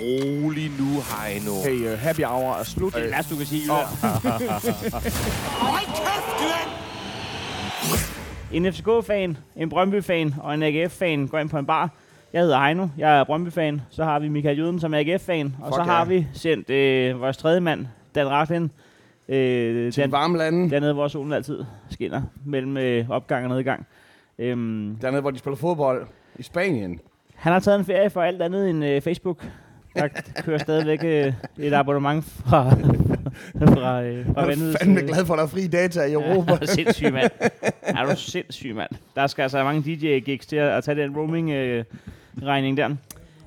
rolig nu, Heino. Hey, uh, happy hour er slut. Det er værst, du kan sige, Jylland. En FCK-fan, en Brøndby-fan og en AGF-fan går ind på en bar. Jeg hedder Heino, jeg er Brøndby-fan. Så har vi Michael Juden, som er AGF-fan. Og Fuck så ja. har vi sendt øh, vores tredje mand, Dan Raklin. Øh, Til Dan, varme lande. dernede, hvor solen altid skinner mellem øh, opgang og nedgang. Øhm, Dernede, hvor de spiller fodbold. I Spanien. han har taget en ferie for alt andet end øh, Facebook. Der kører stadigvæk øh, et abonnement fra, fra, øh, fra Jeg er Vanvids, fandme øh, glad for, at der er fri data i Europa. Ja, sindssyg, mand. Er du sindssyg, mand. Der skal altså mange DJ-gigs til at, at tage den roaming-regning der.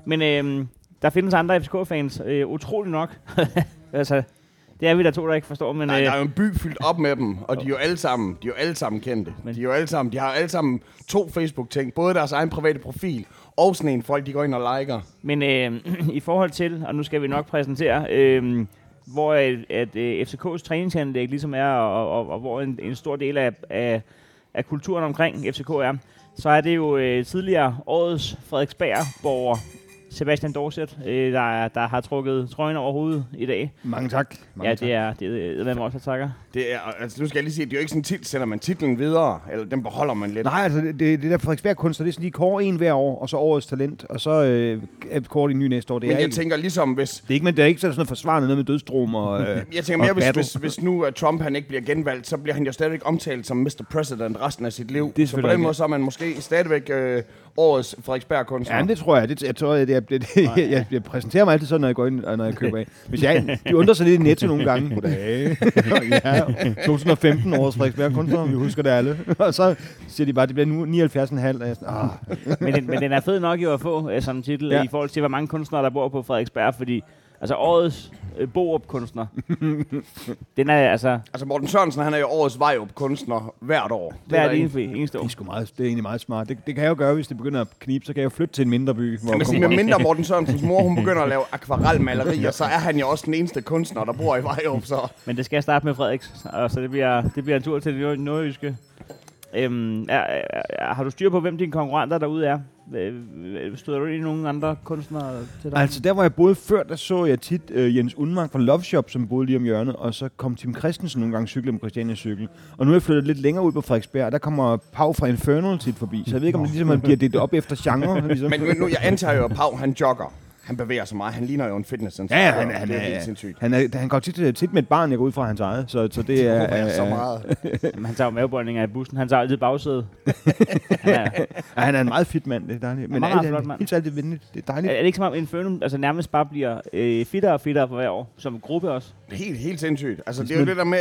Men øh, der findes andre FCK-fans, øh, utrolig nok. altså, det er vi der to, der ikke forstår, men... Nej, øh, der er jo en by fyldt op med dem, og de er jo alle sammen, de er jo alle sammen kendte. Men- De er jo alle sammen, de har alle sammen to Facebook-ting, både deres egen private profil, og sådan en folk, de går ind og liker. Men øh, i forhold til, og nu skal vi nok præsentere, øh, hvor at, at øh, FCK's træningsanlæg ligesom er, og, og, og hvor en, en stor del af, af, af kulturen omkring FCK er, så er det jo øh, tidligere årets Frederiksberg-borger, Sebastian Dorset, øh, der, der har trukket trøjen over hovedet i dag. Mange tak. Mange ja, tak. det er det, er, også, jeg takker. Det er, altså, nu skal jeg lige sige, det er jo ikke sådan tit, sender man titlen videre, eller den beholder man lidt. Nej, altså det, det der Frederiksberg-kunstner, det er sådan, de kårer en hver år, og så årets talent, og så øh, kårer de en ny næste år. Det Men er jeg ikke, tænker ligesom, hvis, det er ikke, men det er ikke sådan noget forsvarende noget med dødsdrom og... Øh, jeg tænker mere, og hvis, battle. hvis, hvis nu at Trump han ikke bliver genvalgt, så bliver han jo stadigvæk omtalt som Mr. President resten af sit liv. Det er så på selvfølgelig den måde, så er man måske stadigvæk øh, årets Frederiksberg-kunstner. Ja, men det tror jeg. Det, jeg, tror, det, er- det, det jeg, jeg, jeg, præsenterer mig altid sådan, når jeg går ind og når jeg køber af. Hvis jeg, de undrer sig lidt i netto nogle gange. Goddag. ja, 2015 års Frederiksberg kunstner, vi husker det alle. og så siger de bare, det bliver nu 79,5. Og jeg er sådan, ah, men, den, men den er fed nok jo at få øh, som titel, ja. Ja. i forhold til, hvor mange kunstnere, der bor på Frederiksberg, fordi altså årets øh, Borup-kunstner, den er altså Altså Morten Sørensen, han er jo årets Vejrup-kunstner hvert år. Det er hver der ingen- eneste, eneste det, er år. sgu meget, det er egentlig meget smart. Det, det, kan jeg jo gøre, hvis det begynder at knibe, så kan jeg jo flytte til en mindre by. Hvor Men sige, med konkurrencen- mindre Morten Sørensens mor, hun begynder at lave akvarelmalerier, så er han jo også den eneste kunstner, der bor i Vejrup, så... Men det skal starte med Frederiks, og så det bliver, det bliver en tur til det nord- nordjyske. Øhm, er, er, er, har du styr på, hvem dine konkurrenter derude er? Øh, Støder du ind i nogen andre kunstnere til dig? Altså der, hvor jeg boede før, der så jeg tit øh, Jens Unmark fra Love Shop, som boede lige om hjørnet, og så kom Tim Christensen nogle gange cykle med Christianias cykel. Og nu er jeg flyttet lidt længere ud på Frederiksberg, og der kommer Pau fra Infernal tit forbi, så jeg ved ikke, om det ligesom at bliver delt op efter genre. Ligesom. Men nu, nu jeg antager jo, at Pau, han jogger. Han bevæger sig meget. Han ligner jo en fitnessinstruktør. Ja, ja, han, han, det er helt er, sindssygt. han, er, han går tit, tit med et barn, jeg går ud fra hans eget, så, så det er... Håber jeg så er- meget. Jamen, han tager jo mavebøjninger i bussen. Han tager altid bagsædet. Han er, er- han er en meget fit mand, det er dejligt. Men meget alt, flot han, mand. helt alt det venligt, det er er dejligt. det ikke som om Infernum altså, nærmest bare bliver øh, fittere og fittere for hver år? Som gruppe også? Helt, helt sindssygt. Altså, det er jo det der med...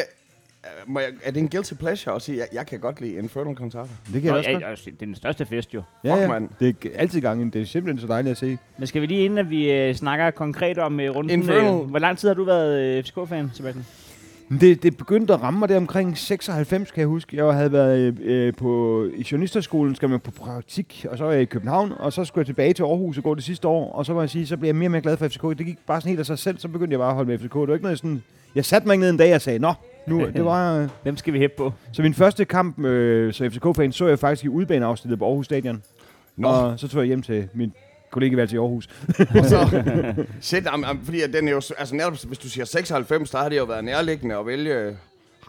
øh, Må jeg, er det en guilty pleasure at sige, at jeg, jeg kan godt lide Infernal Concerter? Det kan Nå, jeg ja, også godt. ja, det er den største fest jo. Ja, fuck, ja. mand. Det er altid gangen. Det er simpelthen så dejligt at se. Men skal vi lige inden, at vi øh, snakker konkret om øh, runden... Infernal. Øh, hvor lang tid har du været øh, FCK-fan, Sebastian? Det, det begyndte at ramme mig der omkring 96, kan jeg huske. Jeg havde været øh, øh, på, i journalisterskolen, skal man på praktik, og så var jeg i København, og så skulle jeg tilbage til Aarhus og gå det sidste år, og så må jeg sige, så blev jeg mere og mere glad for FCK. Det gik bare sådan helt af sig selv, så begyndte jeg bare at holde med FCK. Det var ikke noget sådan, jeg satte mig ned en dag og sagde, nå, nu, det var... øh." Hvem skal vi hæppe på? Så min første kamp øh, som FCK-fan så jeg faktisk i udbaneafsnittet på Aarhus Stadion. Nå. Og så tog jeg hjem til min kollegeværelse i Aarhus. Og så, shit, am, am, fordi at den er jo, s- altså netop, hvis du siger 96, der har det jo været nærliggende at vælge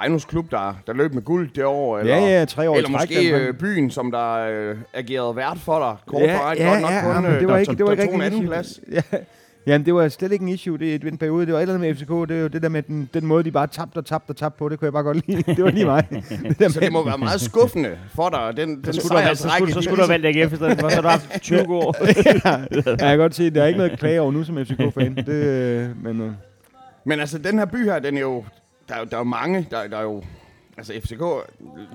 Heinos klub, der, der løb med guld det år, eller, Ja, ja, tre år i eller træk, måske den øh, kamp. byen, som der øh, agerede vært for dig, kort Ja, på vej, ja, godt nok ja, kun, ja, men øh, det var der- ikke- det var der ikke tog en rigtig anden issue. plads. Ja. Jamen, det var slet ikke en issue det, i en periode. Det var et eller andet med FCK. Det er jo det der med den, den måde, de bare tabte og tabte og tabte på. Det kunne jeg bare godt lide. Det var lige mig. det der Så med, det må være meget skuffende for dig, den, Altså, den Så skulle, du, have- så skulle, sejrsrække. så skulle du have valgt AGF i stedet for, så har du haft 20 år. ja, jeg kan godt se, der er ikke noget at klage over nu som FCK-fan. Det, øh, men øh, Men altså, den her by her, den er jo, der, er jo- der er jo mange, der, der er jo, altså FCK,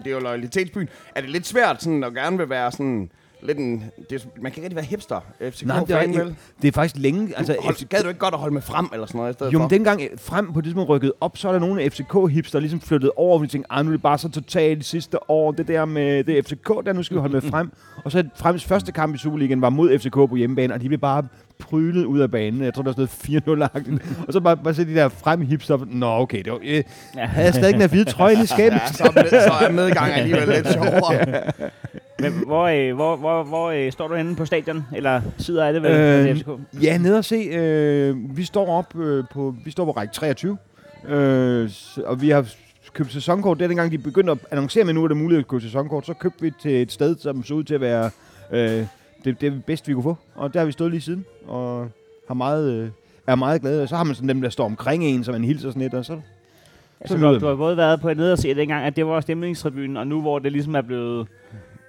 det er jo lojalitetsbyen. Er det lidt svært sådan at gerne vil være sådan lidt en, det, er- man kan ikke rigtig være hipster, FCK nej, det, fan, er, vel? det er faktisk længe. Altså, Altså, hold, gad du ikke godt at holde med frem eller sådan noget i stedet Jo, for? men dengang øh, frem på det tidspunkt rykkede op, så er der nogle af FCK-hipster ligesom flyttet over, og vi tænkte, "Ah, nu er det bare så totalt de sidste år, det der med det er FCK, der nu skal vi holde med frem. Og så Frems første kamp i Superligaen var mod FCK på hjemmebane, og de blev bare prylet ud af banen. Jeg tror, der var sådan noget 4-0-agtigt. Og så bare, bare se de der frem hipster. Nå, okay, det var... Øh, havde jeg stadig den her hvide trøje inde i skabet? Ja, så er, med, så er medgang alligevel lidt sjovere. Men hvor, øh, hvor, hvor, hvor øh, står du henne på stadion? Eller sidder af det vel? Øh, Øh, FCK? Ja, ned og se. Øh, vi står op øh, på, vi står på række 23, øh, s- og vi har købt sæsonkort. Det er dengang, de begyndte at annoncere, men nu er det muligt at købe sæsonkort. Så købte vi til et sted, som så ud til at være øh, det, det bedste, vi kunne få. Og der har vi stået lige siden, og har meget, øh, er meget glade. Og så har man sådan dem, der står omkring en, som man hilser sådan lidt, og så altså, så du, lyder du har både været på nede og se dengang, at det var stemningstribunen, og nu hvor det ligesom er blevet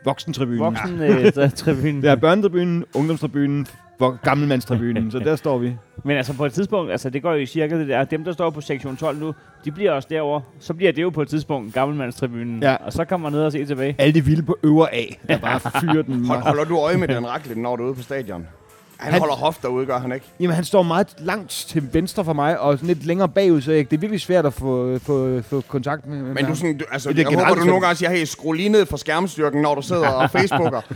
voksentribunen. voksen øh, så- tribunen. Det er børnetribunen, ungdomstribunen, vok- gammelmandstribunen, så der står vi. Men altså på et tidspunkt, altså det går jo i cirka det der, dem der står på sektion 12 nu, de bliver også derover. Så bliver det jo på et tidspunkt gammelmandstribunen, Ja. og så kommer man ned og se tilbage. Alle de vilde på øvre A, der bare fyrer den. Hold, holder du øje med den raklet, når du er ude på stadion? Han, Han- han holder hofter ude, gør han ikke? Jamen, han står meget langt til venstre for mig, og sådan lidt længere bagud, så jeg, det er virkelig svært at få, få, få kontakt med med Men du, ham. sådan, du, altså, Det er det jeg håber, generelt du nogle sådan- gange siger, hey, skru lige ned for skærmstyrken, når du sidder og facebooker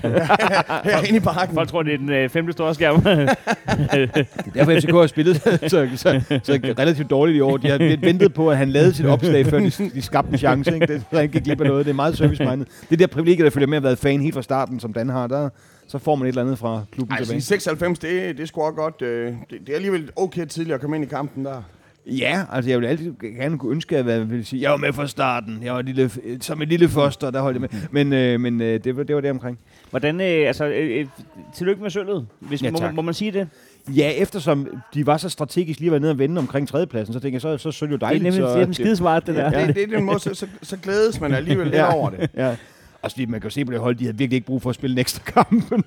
herinde i parken. Folk tror, det er den øh, femte store skærm. Det er derfor, FCK har spillet så, så, så, så relativt dårligt i år. De har lidt ventet på, at han lavede sit opslag, før de, de skabte en chance. Ikke? Det, så han gik glip af noget. Det er meget service-minded. Det der privilegie, der følger med at have været fan helt fra starten, som Dan har, der, så får man et eller andet fra klubben Ej, Ej, altså, i tilbage. 96, det, det er sgu også godt. Øh, det, det, er alligevel okay tidligt at komme ind i kampen der. Ja, altså jeg ville altid gerne kunne ønske, at jeg ville sige, jeg var med fra starten. Jeg var et lille, som et lille foster, der holdt jeg med. Men, øh, men øh, det, var, det var det omkring. Hvordan, øh, altså, øh, øh, tillykke med sølvet, hvis Ja, ja, må, tak. må, man sige det. Ja, eftersom de var så strategisk lige var nede og vende omkring tredjepladsen, så tænkte jeg, så, så er Sølv jo dejligt. det er så, nemlig det er skide smart, det der. Ja. Det, det, er den måde, så, så, så glædes man alligevel lidt Ja. over det. Ja. Og så man kan jo se på det hold, de havde virkelig ikke brug for at spille en ekstra kamp. øh,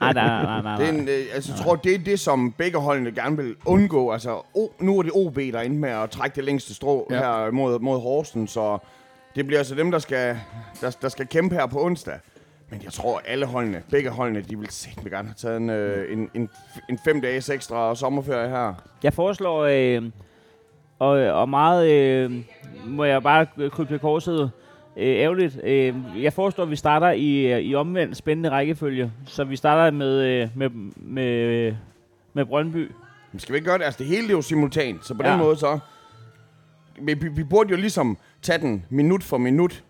Nej, nej, nej, nej, Det nej. er en, øh, altså, jeg tror, det er det, som begge holdene gerne vil undgå. Altså, o, nu er det OB, der er inde med at trække det længste strå Ja. ja. her mod, mod Horsen, så det bliver altså dem, der skal, der, der skal kæmpe her på onsdag. Men jeg tror, alle holdene, begge holdene, de vil sikkert gerne have taget en, øh, en, en, en fem dages ekstra sommerferie her. Jeg foreslår, øh, og, og meget, øh, må jeg bare krybe til korset, øh, ærgerligt. Øh, jeg foreslår, at vi starter i, i omvendt spændende rækkefølge. Så vi starter med, øh, med, med, med Brøndby. Men skal vi ikke gøre det? Altså, det hele det er jo simultant, så på ja. Ja. den måde så... Vi, vi, vi burde jo ligesom tage den minut for minut,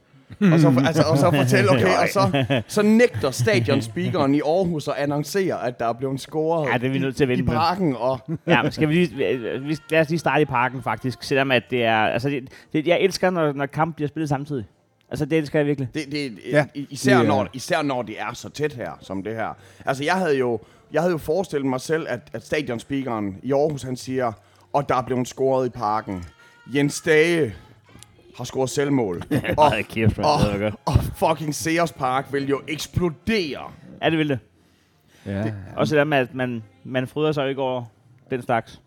og så, altså, og så fortælle, okay, og så, så nægter stadionspeakeren i Aarhus at annoncere, at der er blevet scoret Ja, det er vi nødt til at i vente med. parken, og Ja, men skal vi lige, øh, vi- lad os lige starte i parken faktisk, selvom at det er, altså det, det, jeg elsker, når, når kamp bliver spillet samtidig. Altså det elsker jeg virkelig. det, det, Ja, ja, især, det er- når, især når det er så tæt her, som det her. Altså, jeg havde jo, jeg havde jo forestillet mig selv, at, at stadionspeakeren i Aarhus, han siger, og der er blevet scoret i parken. Jens Dage har scoret selvmål. og, Hold kæft, man. det var Og, godt. og fucking Sears Park vil jo eksplodere. Ja, det vil det. ja. Og selvom at man, man fryder sig jo ikke over den slags.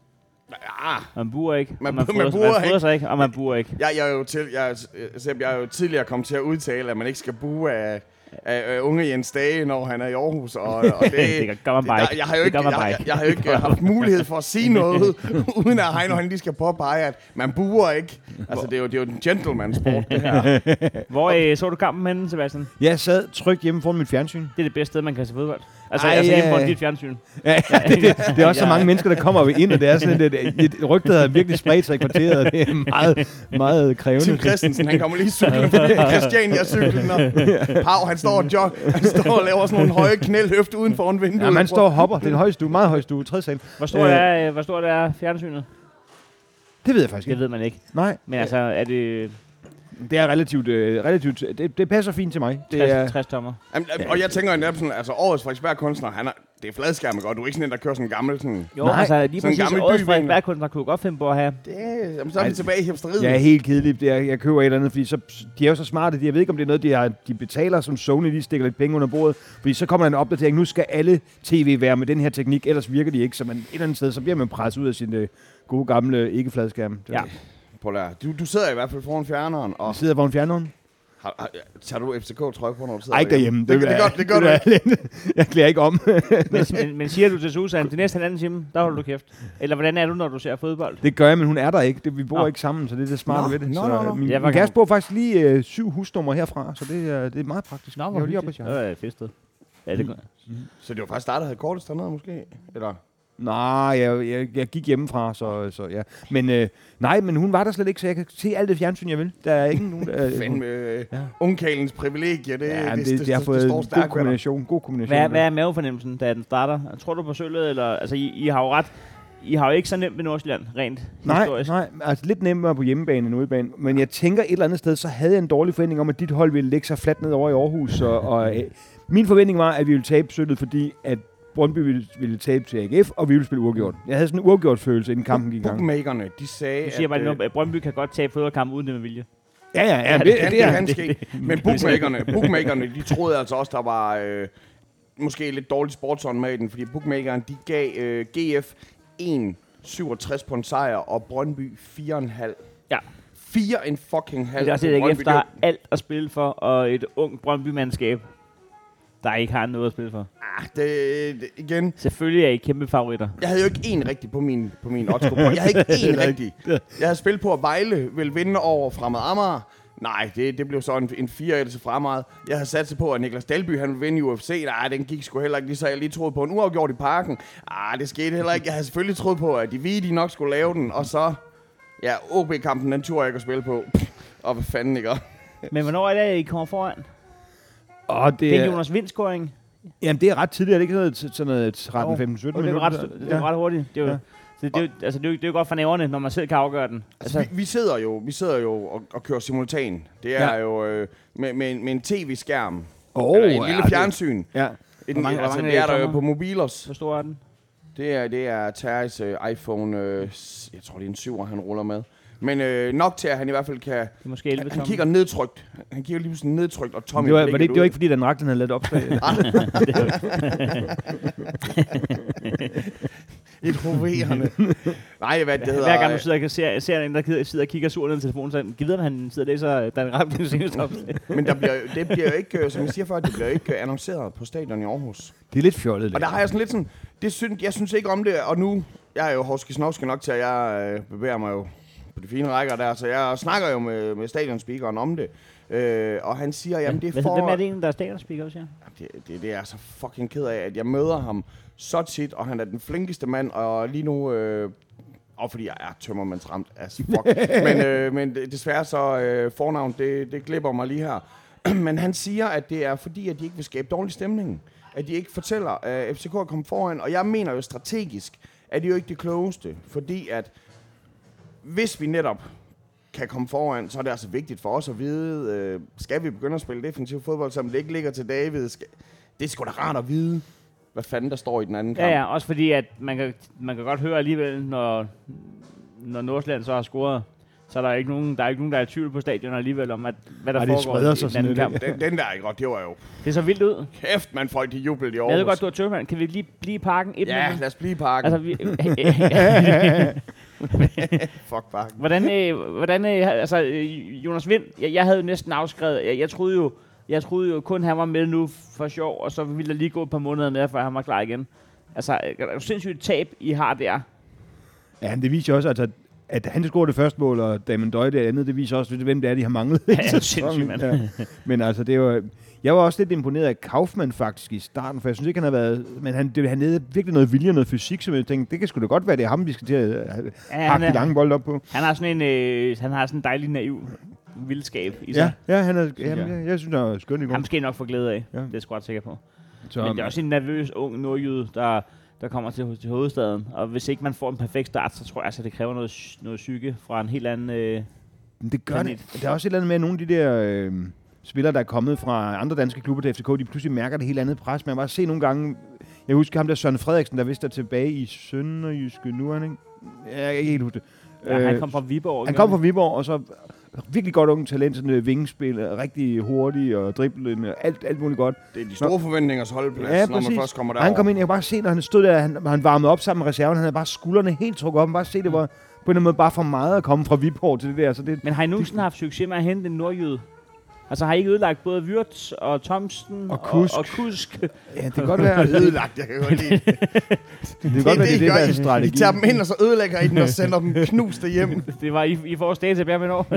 Ja, Man buer ikke, Man og man, bu- fryder, sig- man buer man fryder ikke. sig ikke, og man buer ikke. jeg, jeg, er jo til, jeg, er- øh, Sepp, jeg er jo tidligere kommet til at udtale, at man ikke skal buge af, af, af unge Jens Dage, når han er i Aarhus. Og, og det, Det gør man bare der- ikke. Jeg har jo Det ikke, gør man jeg, bare jeg, ikke. jeg har jo ikke øh, haft mulighed for at sige noget, uden at Heino han lige skal påpege, at man buer ikke. Altså, det er jo, det er jo en gentleman-sport, det her. Hvor øh, så du kampen henne, Sebastian? Jeg sad trygt hjemme foran mit fjernsyn. Det er det bedste sted, man kan se fodbold. Altså, Ej, Ej, altså hjemme ja. på øh, dit fjernsyn. Ja, det, det, det er også så mange mennesker, der kommer ind, og det er sådan et, et, et rygte, der har virkelig spredt sig i kvarteret, og det er meget, meget Tim krævende. Christensen, han kommer lige cyklende forbi Christiania cyklen, og Hav, han står, og jog, han står og laver sådan nogle høje knæl høft uden for en vindue. Ja, man står og hopper. Det er en høj stue, meget høj stue, tredje sal. Hvor stort, Øh. er, øh, hvor stort er fjernsynet? Det ved jeg faktisk Det ikke. ved man ikke. Nej, Men altså, er det det er relativt, øh, relativt det, det passer fint til mig. Det 60, er, 60 tommer? Jamen, og jeg tænker netop sådan, altså årets Frederiksberg kunstner, han er, det er fladskærmen godt. Du er ikke sådan en, der kører sådan en gammel sådan... Jo, Nej. Nej, altså lige Sådan en præcis gammel årets by, Frederiksberg kunstner kunne godt finde på at have. Det, er- jamen, så er vi tilbage i hipsteriet. Jeg er Ja, helt kedelig. Jeg, jeg køber et eller andet, fordi så, de er jo så smarte. De, jeg ved ikke, om det er noget, de, har, de betaler, som Sony lige stikker lidt penge under bordet. Fordi så kommer der en opdatering. Nu skal alle tv være med den her teknik, ellers virker de ikke. Så man et eller andet sted, så bliver man presset ud af sin øh, gode gamle ikke-fladskærm. Det- Ja. Prøv at lade- du, du sidder i hvert fald foran fjerneren, og Jeg sidder foran fjerneren. har, har, tager du FCK-trøje på, når du sidder Ej, ikke derhjemme. Det, det, det, vil det, være- gør, det gør du vil ikke. være lidt- Jeg klæder ikke om. Men, men, men siger du til Susan, det næste halvanden time, der holder du kæft. Eller hvordan er du, når du ser fodbold? Det gør jeg, men hun er der ikke. Det, vi bor Nå. ikke sammen, så det er det smarte Nå, ved det. nå, så, øh, nå, nå. Min, Ja, ja, hvor min kan- kæreste bor faktisk lige øh, syv husnumre herfra, så det, øh, det er meget praktisk. Nå, Jeg hvor var lige oppe hyggeligt. hos jer. Det var et fedt sted. Ja, det, Så det var faktisk dig, der havde kortest dernede, måske? Eller? Nej, jeg, jeg, jeg gik hjemmefra, så, så ja. Men øh, nej, men hun var der slet ikke, så jeg kan se alt det fjernsyn, jeg vil. Der er ikke nogen... Der, Fandme, øh, Ja. ungkalens privilegier, det, Ja, ja, men det, det, det, har fået det en står god stærkt ved dig. kombination. God kombination. Hvad, hvad er mavefornemmelsen, da den starter? Tror du på sølvet, eller... Altså, I, I har jo ret... I har jo ikke så nemt ved Nordsjælland, rent Nej, historisk. nej, altså lidt nemmere på hjemmebane end udebane. Men jeg tænker et eller andet sted, så havde jeg en dårlig forventning om, at dit hold ville lægge sig fladt ned over i Aarhus. Og, og øh, min forventning var, at vi ville tabe sølvet, fordi at Brøndby ville, ville tabe til AGF, og vi ville spille uafgjort. Jeg havde sådan en uafgjort følelse, inden kampen gik i gang. Bookmakerne, de sagde, Du siger at, øh, bare, at Brøndby kan godt tabe fodboldkamp uden det med vilje. Ja, ja, ja. det, Det, kan- det, det er kan ske. Men bookmakerne, bookmakerne, de troede altså også, der var øh, måske lidt dårlig sportsånd med i den, fordi bookmakerne, de gav øh, GF 1,67 på en sejr, og Brøndby 4,5. Ja. 4 en fucking halv. Det er også på et AGF, Altså, Brøndby. der har alt at spille for, og et ung Brøndby-mandskab, der ikke har noget at spille for. Ah, det, det, igen, Selvfølgelig er I kæmpe favoritter. jeg havde jo ikke en rigtig på min, på min odds Jeg havde ikke en rigtig. Jeg havde spillet på, at Vejle ville vinde over Fremad Amager. Nej, det, det blev så en, en 4 til Fremad. Jeg havde satset på, at Niklas Dalby han ville vinde i UFC. Nej, den gik sgu heller ikke lige så. Jeg lige troede på en uafgjort i parken. Ah, det skete heller ikke. Jeg havde selvfølgelig troet på, at de vide, de nok skulle lave den. Og så, ja, OB-kampen, den tur jeg ikke at spille på. Pff, Og hvad fanden, ikke? Men hvornår er det, at I kommer foran? og Det det, er er, Jonas Vindskoring. jamen, det er ret tidligt. Er det ikke sådan noget, sådan noget 13, Jo. 15, 17 Og det er jo minutter? ret, det er jo ret hurtigt. Det er jo, Ja. så det, er jo, altså, det, er jo, det er jo godt for næverne, når man selv kan afgøre den. Altså, vi, vi sidder jo, vi sidder jo og, og kører simultan. Det er Ja. jo øh, med, med, en- med en tv-skærm. Åh, Eller en lille ja, det- fjernsyn. Ja. Et, Hvor mange- hvor altså, mange det er der jo tommer? på mobilers. Hvor stor er den? Det er, det er Terjes øh, iPhone, øh, s- jeg tror det er en 7'er, han ruller med. Men øh, nok til, at han i hvert fald kan... Det er måske 11 Han, tommer. han kigger nedtrykt. Han kigger lige pludselig nedtrykt og tom Det var, var det, ikke- det var ikke, fordi den rakte, den havde lavet opslag. Et hoverende. Nej, hvad det hedder... Hver gang du øh, sidder og ser, ser en, der gider- sidder og kigger sur ned i telefonen, så gider man, han sidder og læser øh, Dan Rapp den seneste opslag. Men der bliver, det bliver jo ikke, øh, som jeg siger før, det bliver jo ikke øh, annonceret på stadion i Aarhus. det er lidt fjollet. Og lidt. der har jeg sådan lidt sådan, det synes, jeg synes ikke om det, og nu, jeg er jo horske snovske nok til, at jeg øh, bevæger mig jo på de fine rækker der, så jeg snakker jo med, med stadionspeakeren om det. Øh, og han siger, jamen det er Hvad- for... Hvem er det egentlig, der er stadionspeaker også her? Det, det, det er jeg så fucking ked af, at jeg møder ham så tit, og han er den flinkeste mand, og lige nu... Øh, og fordi jeg er tømmermandsramt as fuck. men, øh, men det- desværre så øh, fornavn, det, det glipper mig lige her. men han siger, at det er fordi, at de ikke vil skabe dårlig stemning. At de ikke fortæller, øh, at FCK er kommet foran. Og jeg mener jo strategisk, at det er jo ikke det klogeste. Fordi at hvis vi netop kan komme foran, så er det altså vigtigt for os at vide, øh, skal vi begynde at spille defensiv fodbold, som det ikke ligger til David? Skal, det er sgu da rart at vide, hvad fanden der står i den anden kamp. Ja, ja, også fordi, at man kan, man kan godt høre alligevel, når, når Nordsjælland så har scoret, så er der ikke nogen, der er ikke nogen, der er i tvivl på stadion alligevel om, at, hvad der Ej, det foregår spreder i sig den sådan anden kamp. lidt, Den, den der, ikke? Og det var jo Det så vildt ud. kæft, man folk de jublede i Jeg ved godt, Aarhus. du er tømmermand. Kan vi lige blive i parken et Ja, minut? lad os blive i parken. Altså, Altså, vi, Fuck parken. hvordan, øh, hvordan øh, altså, øh, Jonas Vind, jeg, jeg havde jo næsten afskrevet, jeg, jeg troede jo, jeg troede jo kun, han var med nu for sjov, og så ville der lige gå et par måneder mere, før han var klar igen. Altså, øh, der er jo sindssygt et tab, I har der. Ja, men det viser også, altså, at han scorede det første mål, og Damon Døj det andet, det viser også, lidt, hvem det er, de har manglet. i Ja, ja, sæsonen. sindssygt, Ja. Men altså, det var, jeg var også lidt imponeret af Kaufmann faktisk i starten, for jeg synes ikke, han har været... Men han, det, han havde virkelig noget vilje og noget fysik, som jeg tænkte, det kan sgu da godt være, det er ham, vi skal til at øh, Ja, hakke de er, lange bolde op på. han har sådan en, øh, han har sådan en dejlig naiv vildskab i sig. Ja, ja, han er, jeg. jamen, jeg, jeg synes, han er skøn i går. Han skal I nok få glæde af, Ja. det er jeg sgu ret sikker på. Så, Men det er også en nervøs ung nordjyde, der, der kommer til, til hovedstaden. Og hvis ikke man får en perfekt start, så tror jeg, altså, det kræver noget, sy- noget psyke fra en helt anden... Øh, Men det gør Planet. det. Der er også et eller andet med, at nogle af de der øh, spillere, der er kommet fra andre danske klubber til FCK, de pludselig mærker det helt andet pres. Man har bare set nogle gange... Jeg husker ham der Søren Frederiksen, der vist er tilbage i Sønderjyske nu, er han ikke? Ja, jeg kan ikke helt huske det. ja, Øh, han kom fra Viborg. han kom fra Viborg, og så virkelig godt unge talent, sådan øh, vingespil, øh, rigtig hurtig og driblende, og alt, alt muligt godt. Det er de store forventningers holdplads, Ja, ja, når man præcis. først kommer Og derover. han kom ind, jeg kunne bare se, når han stod der, han, han varmede op sammen med reserven, han havde bare skuldrene helt trukket op, man bare se, Mm. det var på en eller anden måde bare for meget at komme fra Viborg til det der, så det, Men har I nogensinde haft succes med at hente en nordjyde? Altså har I ikke ødelagt både Wirtz og Thomsen Og Kusk. Og, og Kusk. Ja, det kan godt være, det, Ødelagt, jeg kan godt lide det. det, kan godt være, det, er det, I der gør. er I strategi. tager dem ind, og så ødelægger I den, og sender dem knust hjem. det var i, I vores data hver med år.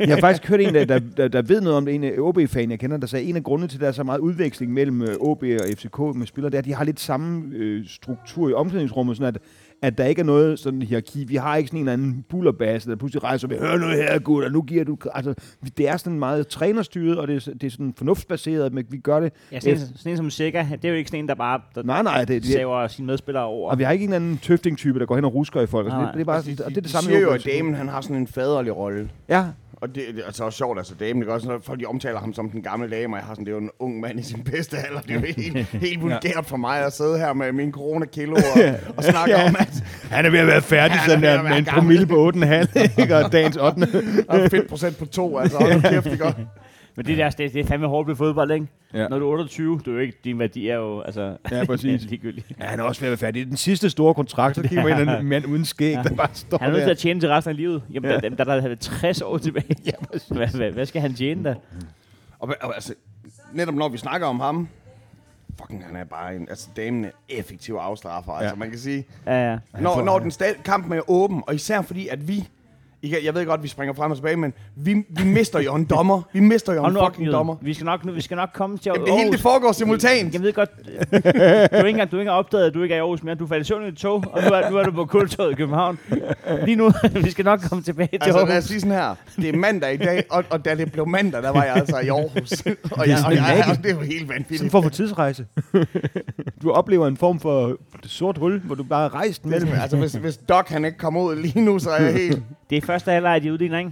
Jeg har faktisk hørt en, der, der, der, der ved noget om det, en OB-fan, jeg kender, der sagde, at en af grundene til, at der er så meget udveksling mellem øh, OB og FCK med spillere, det er, at de har lidt samme øh, struktur i omklædningsrummet, sådan at, at der ikke er noget sådan hierarki. Vi har ikke sådan en eller anden bullerbasse, der pludselig rejser med, hør nu her, gutter, nu giver du... Altså, vi- det er sådan meget trænerstyret, og det er, det er sådan fornuftsbaseret, men vi gør det. Ja, sådan, en, sådan en som Sikker, det er jo ikke sådan en, der bare der Nej, nej, det, det, saver sine medspillere over. og vi har ikke en eller anden tøfting-type, der går hen og rusker i folk. Altså, Nej. det, det, er bare, sådan- og det er det De samme i siger jo, OB. at damen, han har sådan en faderlig rolle. Ja, Og det, det er altså også sjovt, altså damen, det gør sådan, at folk de omtaler ham som den gamle dame, og jeg har sådan, det er jo en ung mand i sin bedste alder. Det er jo helt, helt vulgært for mig at sidde her med mine coronakilo og, og snakke Ja. om, at Han er ved at være færdig Ja, han er sådan ved at der være med en gammel. promille på 8,5, ikke? Og dagens 8. der er fedt procent på to, altså hold nu kæft, det gør. Men det, der, det, det er fandme hårdt ved fodbold, ikke? Ja. Ja. Når du er 28, du er jo ikke, din værdi er jo altså, Ja, præcis. ligegyldig. Ja, han er også ved at være færdig. Det er den sidste store kontrakt, så kigger man ind en mand uden skæg, der bare står Han er nødt til der. at tjene til resten af livet. Jamen, ja. der, der, der, der er 60 år tilbage. ja, hvad, hvad, hvad, skal han tjene der? Og, og altså, netop når vi snakker om ham, fucking han er bare en, altså damen er effektiv afstraffer. Ja. Altså man kan sige, Ja, ja. når, når den stat, kampen er åben, og især fordi, at vi, I kan- jeg ved godt, vi springer frem og tilbage, men vi, vi mister jo en dommer. Vi mister jo Hold en nu op, fucking dommer. Knud. Vi skal nok, nu, vi skal nok komme til Jamen, det hele det foregår simultant. Jeg ved godt, du er ikke engang, du er ikke engang opdaget, at du ikke er i Aarhus mere. Du faldt i søvn i et tog, og nu er, nu er du på kultoget i København. Lige nu, vi skal nok komme tilbage til Altså, Aarhus. lad os sige sådan her. Det er mandag i dag, og, og da det blev mandag, der var jeg altså i Aarhus. og, jeg, og, jeg, og det er jo helt Sådan vanvittigt. for for tidsrejse. du oplever en form for sort hul, hvor du bare er rejst mellem. Altså, hvis, hvis Doc han ikke kommer ud lige nu, så er jeg helt... Det er første halvleg, de udligner, ikke?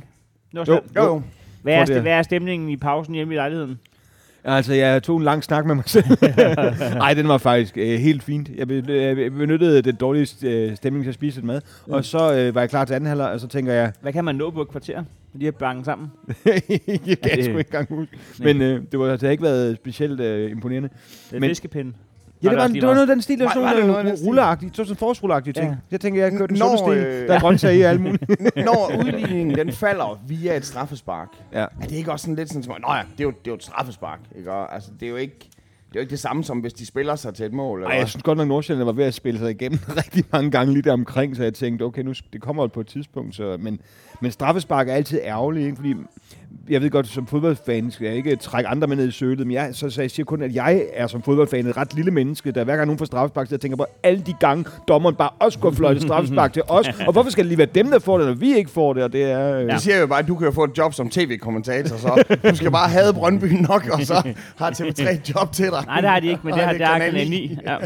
Nu er Jo. slet- Jo, jo. Hvad er, Tror det. hvad er stemningen i pausen hjemme i lejligheden? Altså, jeg tog en lang snak med mig selv. Nej, den var faktisk øh, helt fint. Jeg be- øh, benyttede den dårlige øh, stemning til at spise lidt mad. Og så øh, var jeg klar til anden halvleg, og så tænker jeg, Hvad kan man nå på et kvarter? Når de er bange sammen. jeg kan det- sgu ikke engang huske. Men øh, det, var, det havde ikke været specielt øh, imponerende. Det er Men- Men, fiskepinde. Ja, Nå, det var, også lige det var meget. noget af den stil, der var Var- var sådan det nogle noget af den øh, stil? rulleragtige, sådan nogle forårsrulleragtige ting. Ja. Jeg tænker, jeg kører den Når, sunde stil, øh, der er grøntsager i og alt muligt. Når udligningen den falder via et straffespark, Ja. er det ikke også sådan lidt sådan, som, at, nå ja, det er jo, det er jo et straffespark, ikke? Og, altså, det er jo ikke... Det er jo ikke det samme som, hvis de spiller sig til et mål. Eller Ej, jeg synes godt nok, Nordsjælland var ved at spille sig igennem rigtig mange gange lige der omkring, så jeg tænkte, okay, nu, sk- det kommer jo på et tidspunkt. Så, men, men straffespark er altid ærgerligt, ikke? fordi jeg ved godt, som fodboldfan skal jeg ikke trække andre med ned i sølet, men jeg, så, så jeg siger kun, at jeg er som fodboldfan et ret lille menneske, der hver gang nogen får straffespark, så jeg tænker på alle de gange, dommeren bare også går fløjte straffespark til os, og hvorfor skal det lige være dem, der får det, når vi ikke får det, og det er... Øh, Det siger jo bare, at du kan jo få et job som tv-kommentator, så du skal bare have Brøndby nok, og så har TV3 et job til dig. Nej, det har de ikke, men det Og har, det det har kan Kanal jeg 9. Ja.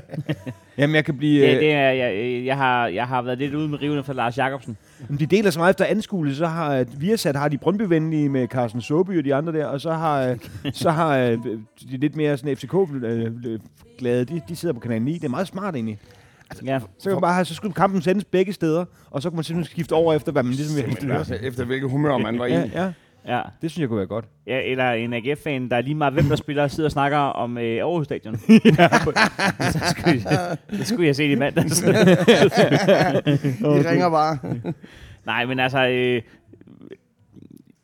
Jamen, jeg kan blive... Det, øh, det er, jeg, øh, jeg, har, jeg har været lidt ude med rivene for Lars Jacobsen. Men De deler så meget efter anskuelse, så har øh, Viasat har de Brøndby-venlige med Carsten Soby og de andre der, og så har, øh, så har øh, de lidt mere sådan FCK-glade, øh, de, de sidder på kanal 9. Det er meget smart egentlig. Ja. Så kan man bare have, så skulle kampen sendes begge steder, og så kan man simpelthen skifte over efter, hvad man ligesom vil. Men altså, efter hvilket humør man var i. Ja, ja. Ja. Det synes jeg kunne være godt. ja. Eller en AGF-fan, der er lige meget hvem, der spiller, sidder og snakker om øh, Aarhus Stadion. så, skulle jeg, så skulle jeg se det i mandags. De ringer bare. Nej, men altså... Øh,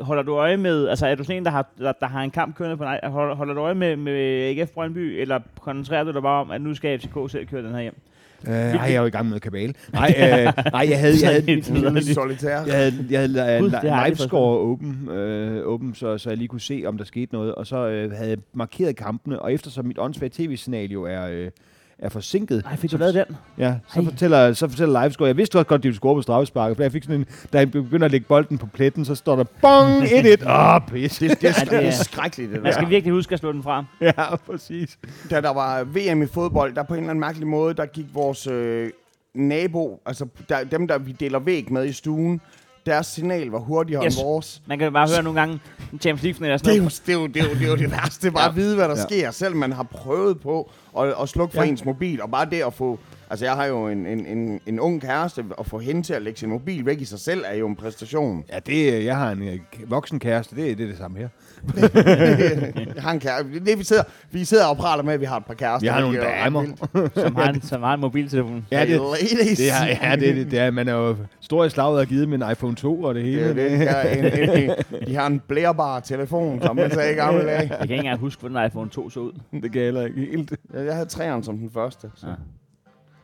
holder du øje med... Altså, er du sådan en, der har, der, der har en kamp kørende på dig? Holder, holder du øje med, med AGF Brøndby, eller koncentrerer du dig bare om, at nu skal FCK selv køre den her hjem? Øh, ej, jeg er jo i gang med kabale. Nej, øh, nej jeg havde... Jeg havde, jeg havde Lidt solitær. Jeg havde, jeg havde Gud, Gud, det har jeg aldrig live score åben, øh, åben så, så jeg lige kunne se, om der skete noget. Og så øh, havde jeg markeret kampene, og eftersom mit åndssvagt tv-signal jo er, øh, er forsinket, Nej, fik du lavet den? ja, så, Ej. fortæller, så fortæller live score. Jeg vidste også godt, at de ville score på straffesparket, for jeg fik sådan en, da jeg begynder at lægge bolden på pletten, så står der bong, ah, 1-1, åh, pis. Det, det, er, Ja, det er- det, det er skrækkeligt, det Man skal der. virkelig huske at slå den fra. Ja, præcis. Da der var VM i fodbold, der på en eller anden mærkelig måde, der gik vores øh, nabo, altså der, dem, der vi deler væg med i stuen, deres signal var hurtigere yes. Yes. end vores. Man kan bare høre nogle gange en Champions League eller Det sådan er, jo, noget. det, er jo, det, er jo, det er jo det værste, bare ja. at vide, hvad der Ja. ja. sker, selvom man har prøvet på og, og slukke for ja. Ja. ens mobil. Og bare det at få... Altså, jeg har jo en, en, en, en ung kæreste, og få hende til at lægge sin mobil væk i sig selv, er jo en præstation. Ja, det, jeg har en øh, k- voksen kæreste, det, det er det samme her. jeg har en kæreste. Det er det, vi sidder, vi sidder og prater med, at vi har et par kærester. Vi har nogle hvilket er damer. vildt. som, har en, som har en mobiltelefon. Ja, det, Hey, ladies. det, er, ja, det, det, det er, man er jo stor i slaget og givet med en iPhone 2 og det hele. Det er jo det. Jeg er en, en, en, de har en blærbar telefon, som man sagde i gamle dage. Jeg kan ikke engang huske, hvordan iPhone 2 så ud. det kan jeg heller ikke helt. Jeg jeg havde træeren som den første. Så. Ja. Ja.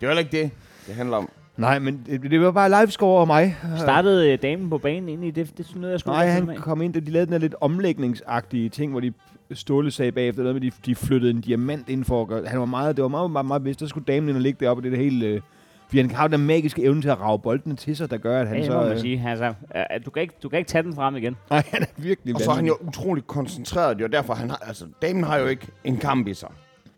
Det er heller ikke det, det handler om. Nej, men det, det var bare livescore over mig. Startede øh, damen på banen ind i det? Det synes jeg, jeg skulle Nej, være med han i. kom ind, de lavede den her lidt omlægningsagtige ting, hvor de Ståle sagde bagefter, noget med, de, de flyttede en diamant ind for at gøre. Han var meget, det var meget, meget, meget bedst. Der skulle damen ind og ligge deroppe, og det er det hele... Øh, fordi han har jo den magiske evne til at rage boldene til sig, der gør, at han Ja, det så... må man øh, sige. Altså, øh, du, kan ikke, du kan ikke tage den frem igen. Nej, han er virkelig Og så er han vanvittig. jo utrolig koncentreret, jo. derfor han har, altså, damen har jo ikke en kamp i sig.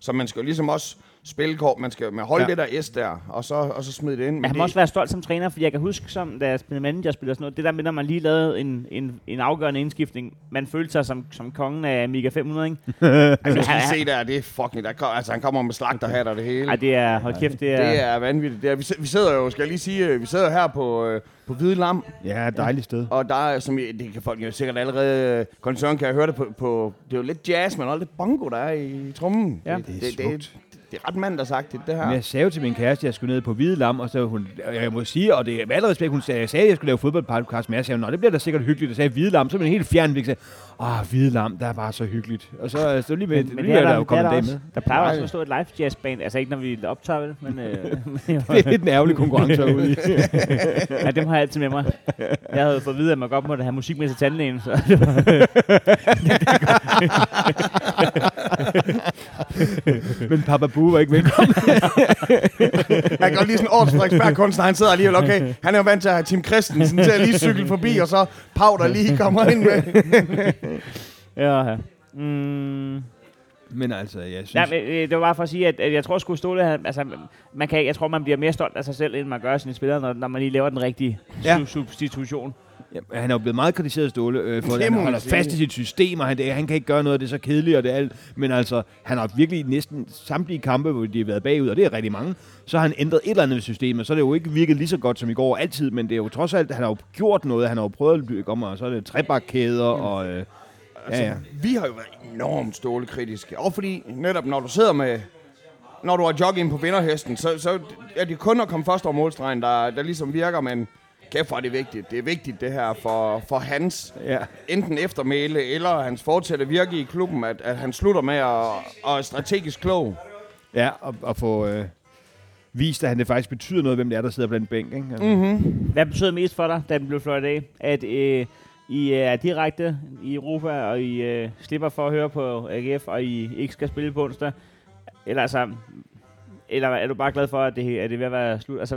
Så man skal jo ligesom også spille kort, man skal man holde Ja. ja. det der S der, og så, og så smide det ind. Men Men han det, må også være stolt som træner, fordi jeg kan huske, som, da jeg spillede managerspil og sådan noget, det der med, når man lige lavede en, en, en afgørende indskiftning, man følte sig som, som kongen af Mega 500, ikke? altså, nu skal han- vi se der, det er fucking, der kom, altså, han kommer med slagterhat og det hele. Ej, det er, hold kæft, det er... Det er vanvittigt. Det er, vi, si- vi sidder jo, skal jeg lige sige, øh, vi sidder her på, øh, på Hvide Lam, Ja, dejligt sted. Og der er, som I, det kan folk jo sikkert allerede, øh, koncern kan jeg høre det på, på, det er jo lidt jazz, men også lidt bongo, der er i trummen. Ja. Det er det, det, det er ret mandagsagtigt, det her. Men jeg sagde jo til min kæreste, at jeg skulle ned på Hvide Lam, og så hun, og jeg må sige, og det er med al respekt, hun sagde, jeg sagde, at jeg skulle lave fodboldpodcast, men jeg sagde, nå, det bliver da sikkert hyggeligt. Jeg sagde Hvide Lam, så blev hun helt fjern, og sagde, åh, Hvide Lam, der er bare så hyggeligt. Og så, øh, så lige med, Men, men, men lige det er der, der, jo der, kommet der, en dag også, med. der plejer også at stå et live jazzband, altså ikke når vi optager det, men øh, Det er lidt en ærgerlig konkurrence herude i. ja, dem har jeg altid med mig. Jeg havde fået at vide, at man godt måtte have musik med til tandlægen, så Men Papa Bue var ikke velkommen. Jeg kan godt lige sådan årets Frederiksberg kunstner, han sidder alligevel, okay, han er jo vant til at have Tim Christensen til at lige cykle forbi, og så Pau, der lige kommer ind med. ja, ja. Mm. Men altså, jeg Nej, synes... men, øh, det var bare for at sige, at, at jeg tror sgu Ståle, han- altså, man kan, jeg tror, man bliver mere stolt af sig selv, end man gør af sine spillere, når, når man lige laver den rigtige Ja. ja. substitution. Ja, han er jo blevet meget kritiseret, Ståle, øh, for Det at han må man holder sige. fast i sit system, og han, det, han kan ikke gøre noget, og det er så kedeligt, og det er alt. Men altså, han har virkelig næsten samtlige kampe, hvor de har været bagud, og det er rigtig mange, så har han ændret et eller andet ved systemet, så er det jo ikke virket lige så godt som i går altid, men det er jo trods alt, han har jo gjort noget, han har jo prøvet at lykke om, og så er det trebakkæder, og... Øh, ja, ja. Vi har jo været enormt stålekritiske, og fordi netop når du sidder med, når du har jogging på vinderhesten, så, så er det kun at komme først over målstregen, der, der ligesom virker, men kæft hvor er det vigtigt. Det er vigtigt det her for, for hans ja. enten eftermæle eller hans fortsatte virke i klubben, at, at han slutter med at, at er strategisk klog. Ja, og, og få øh, vist, at han det faktisk betyder noget, hvem det er, der sidder på den bænk. Ikke? Altså, mm. Hvad betød mest for dig, da den blev fløjet af, at øh, I er direkte i Europa, og I øh, slipper for at høre på AGF, og I ikke skal spille på onsdag? Eller altså, eller er du bare glad for, at det, at det er ved at være slut? Altså,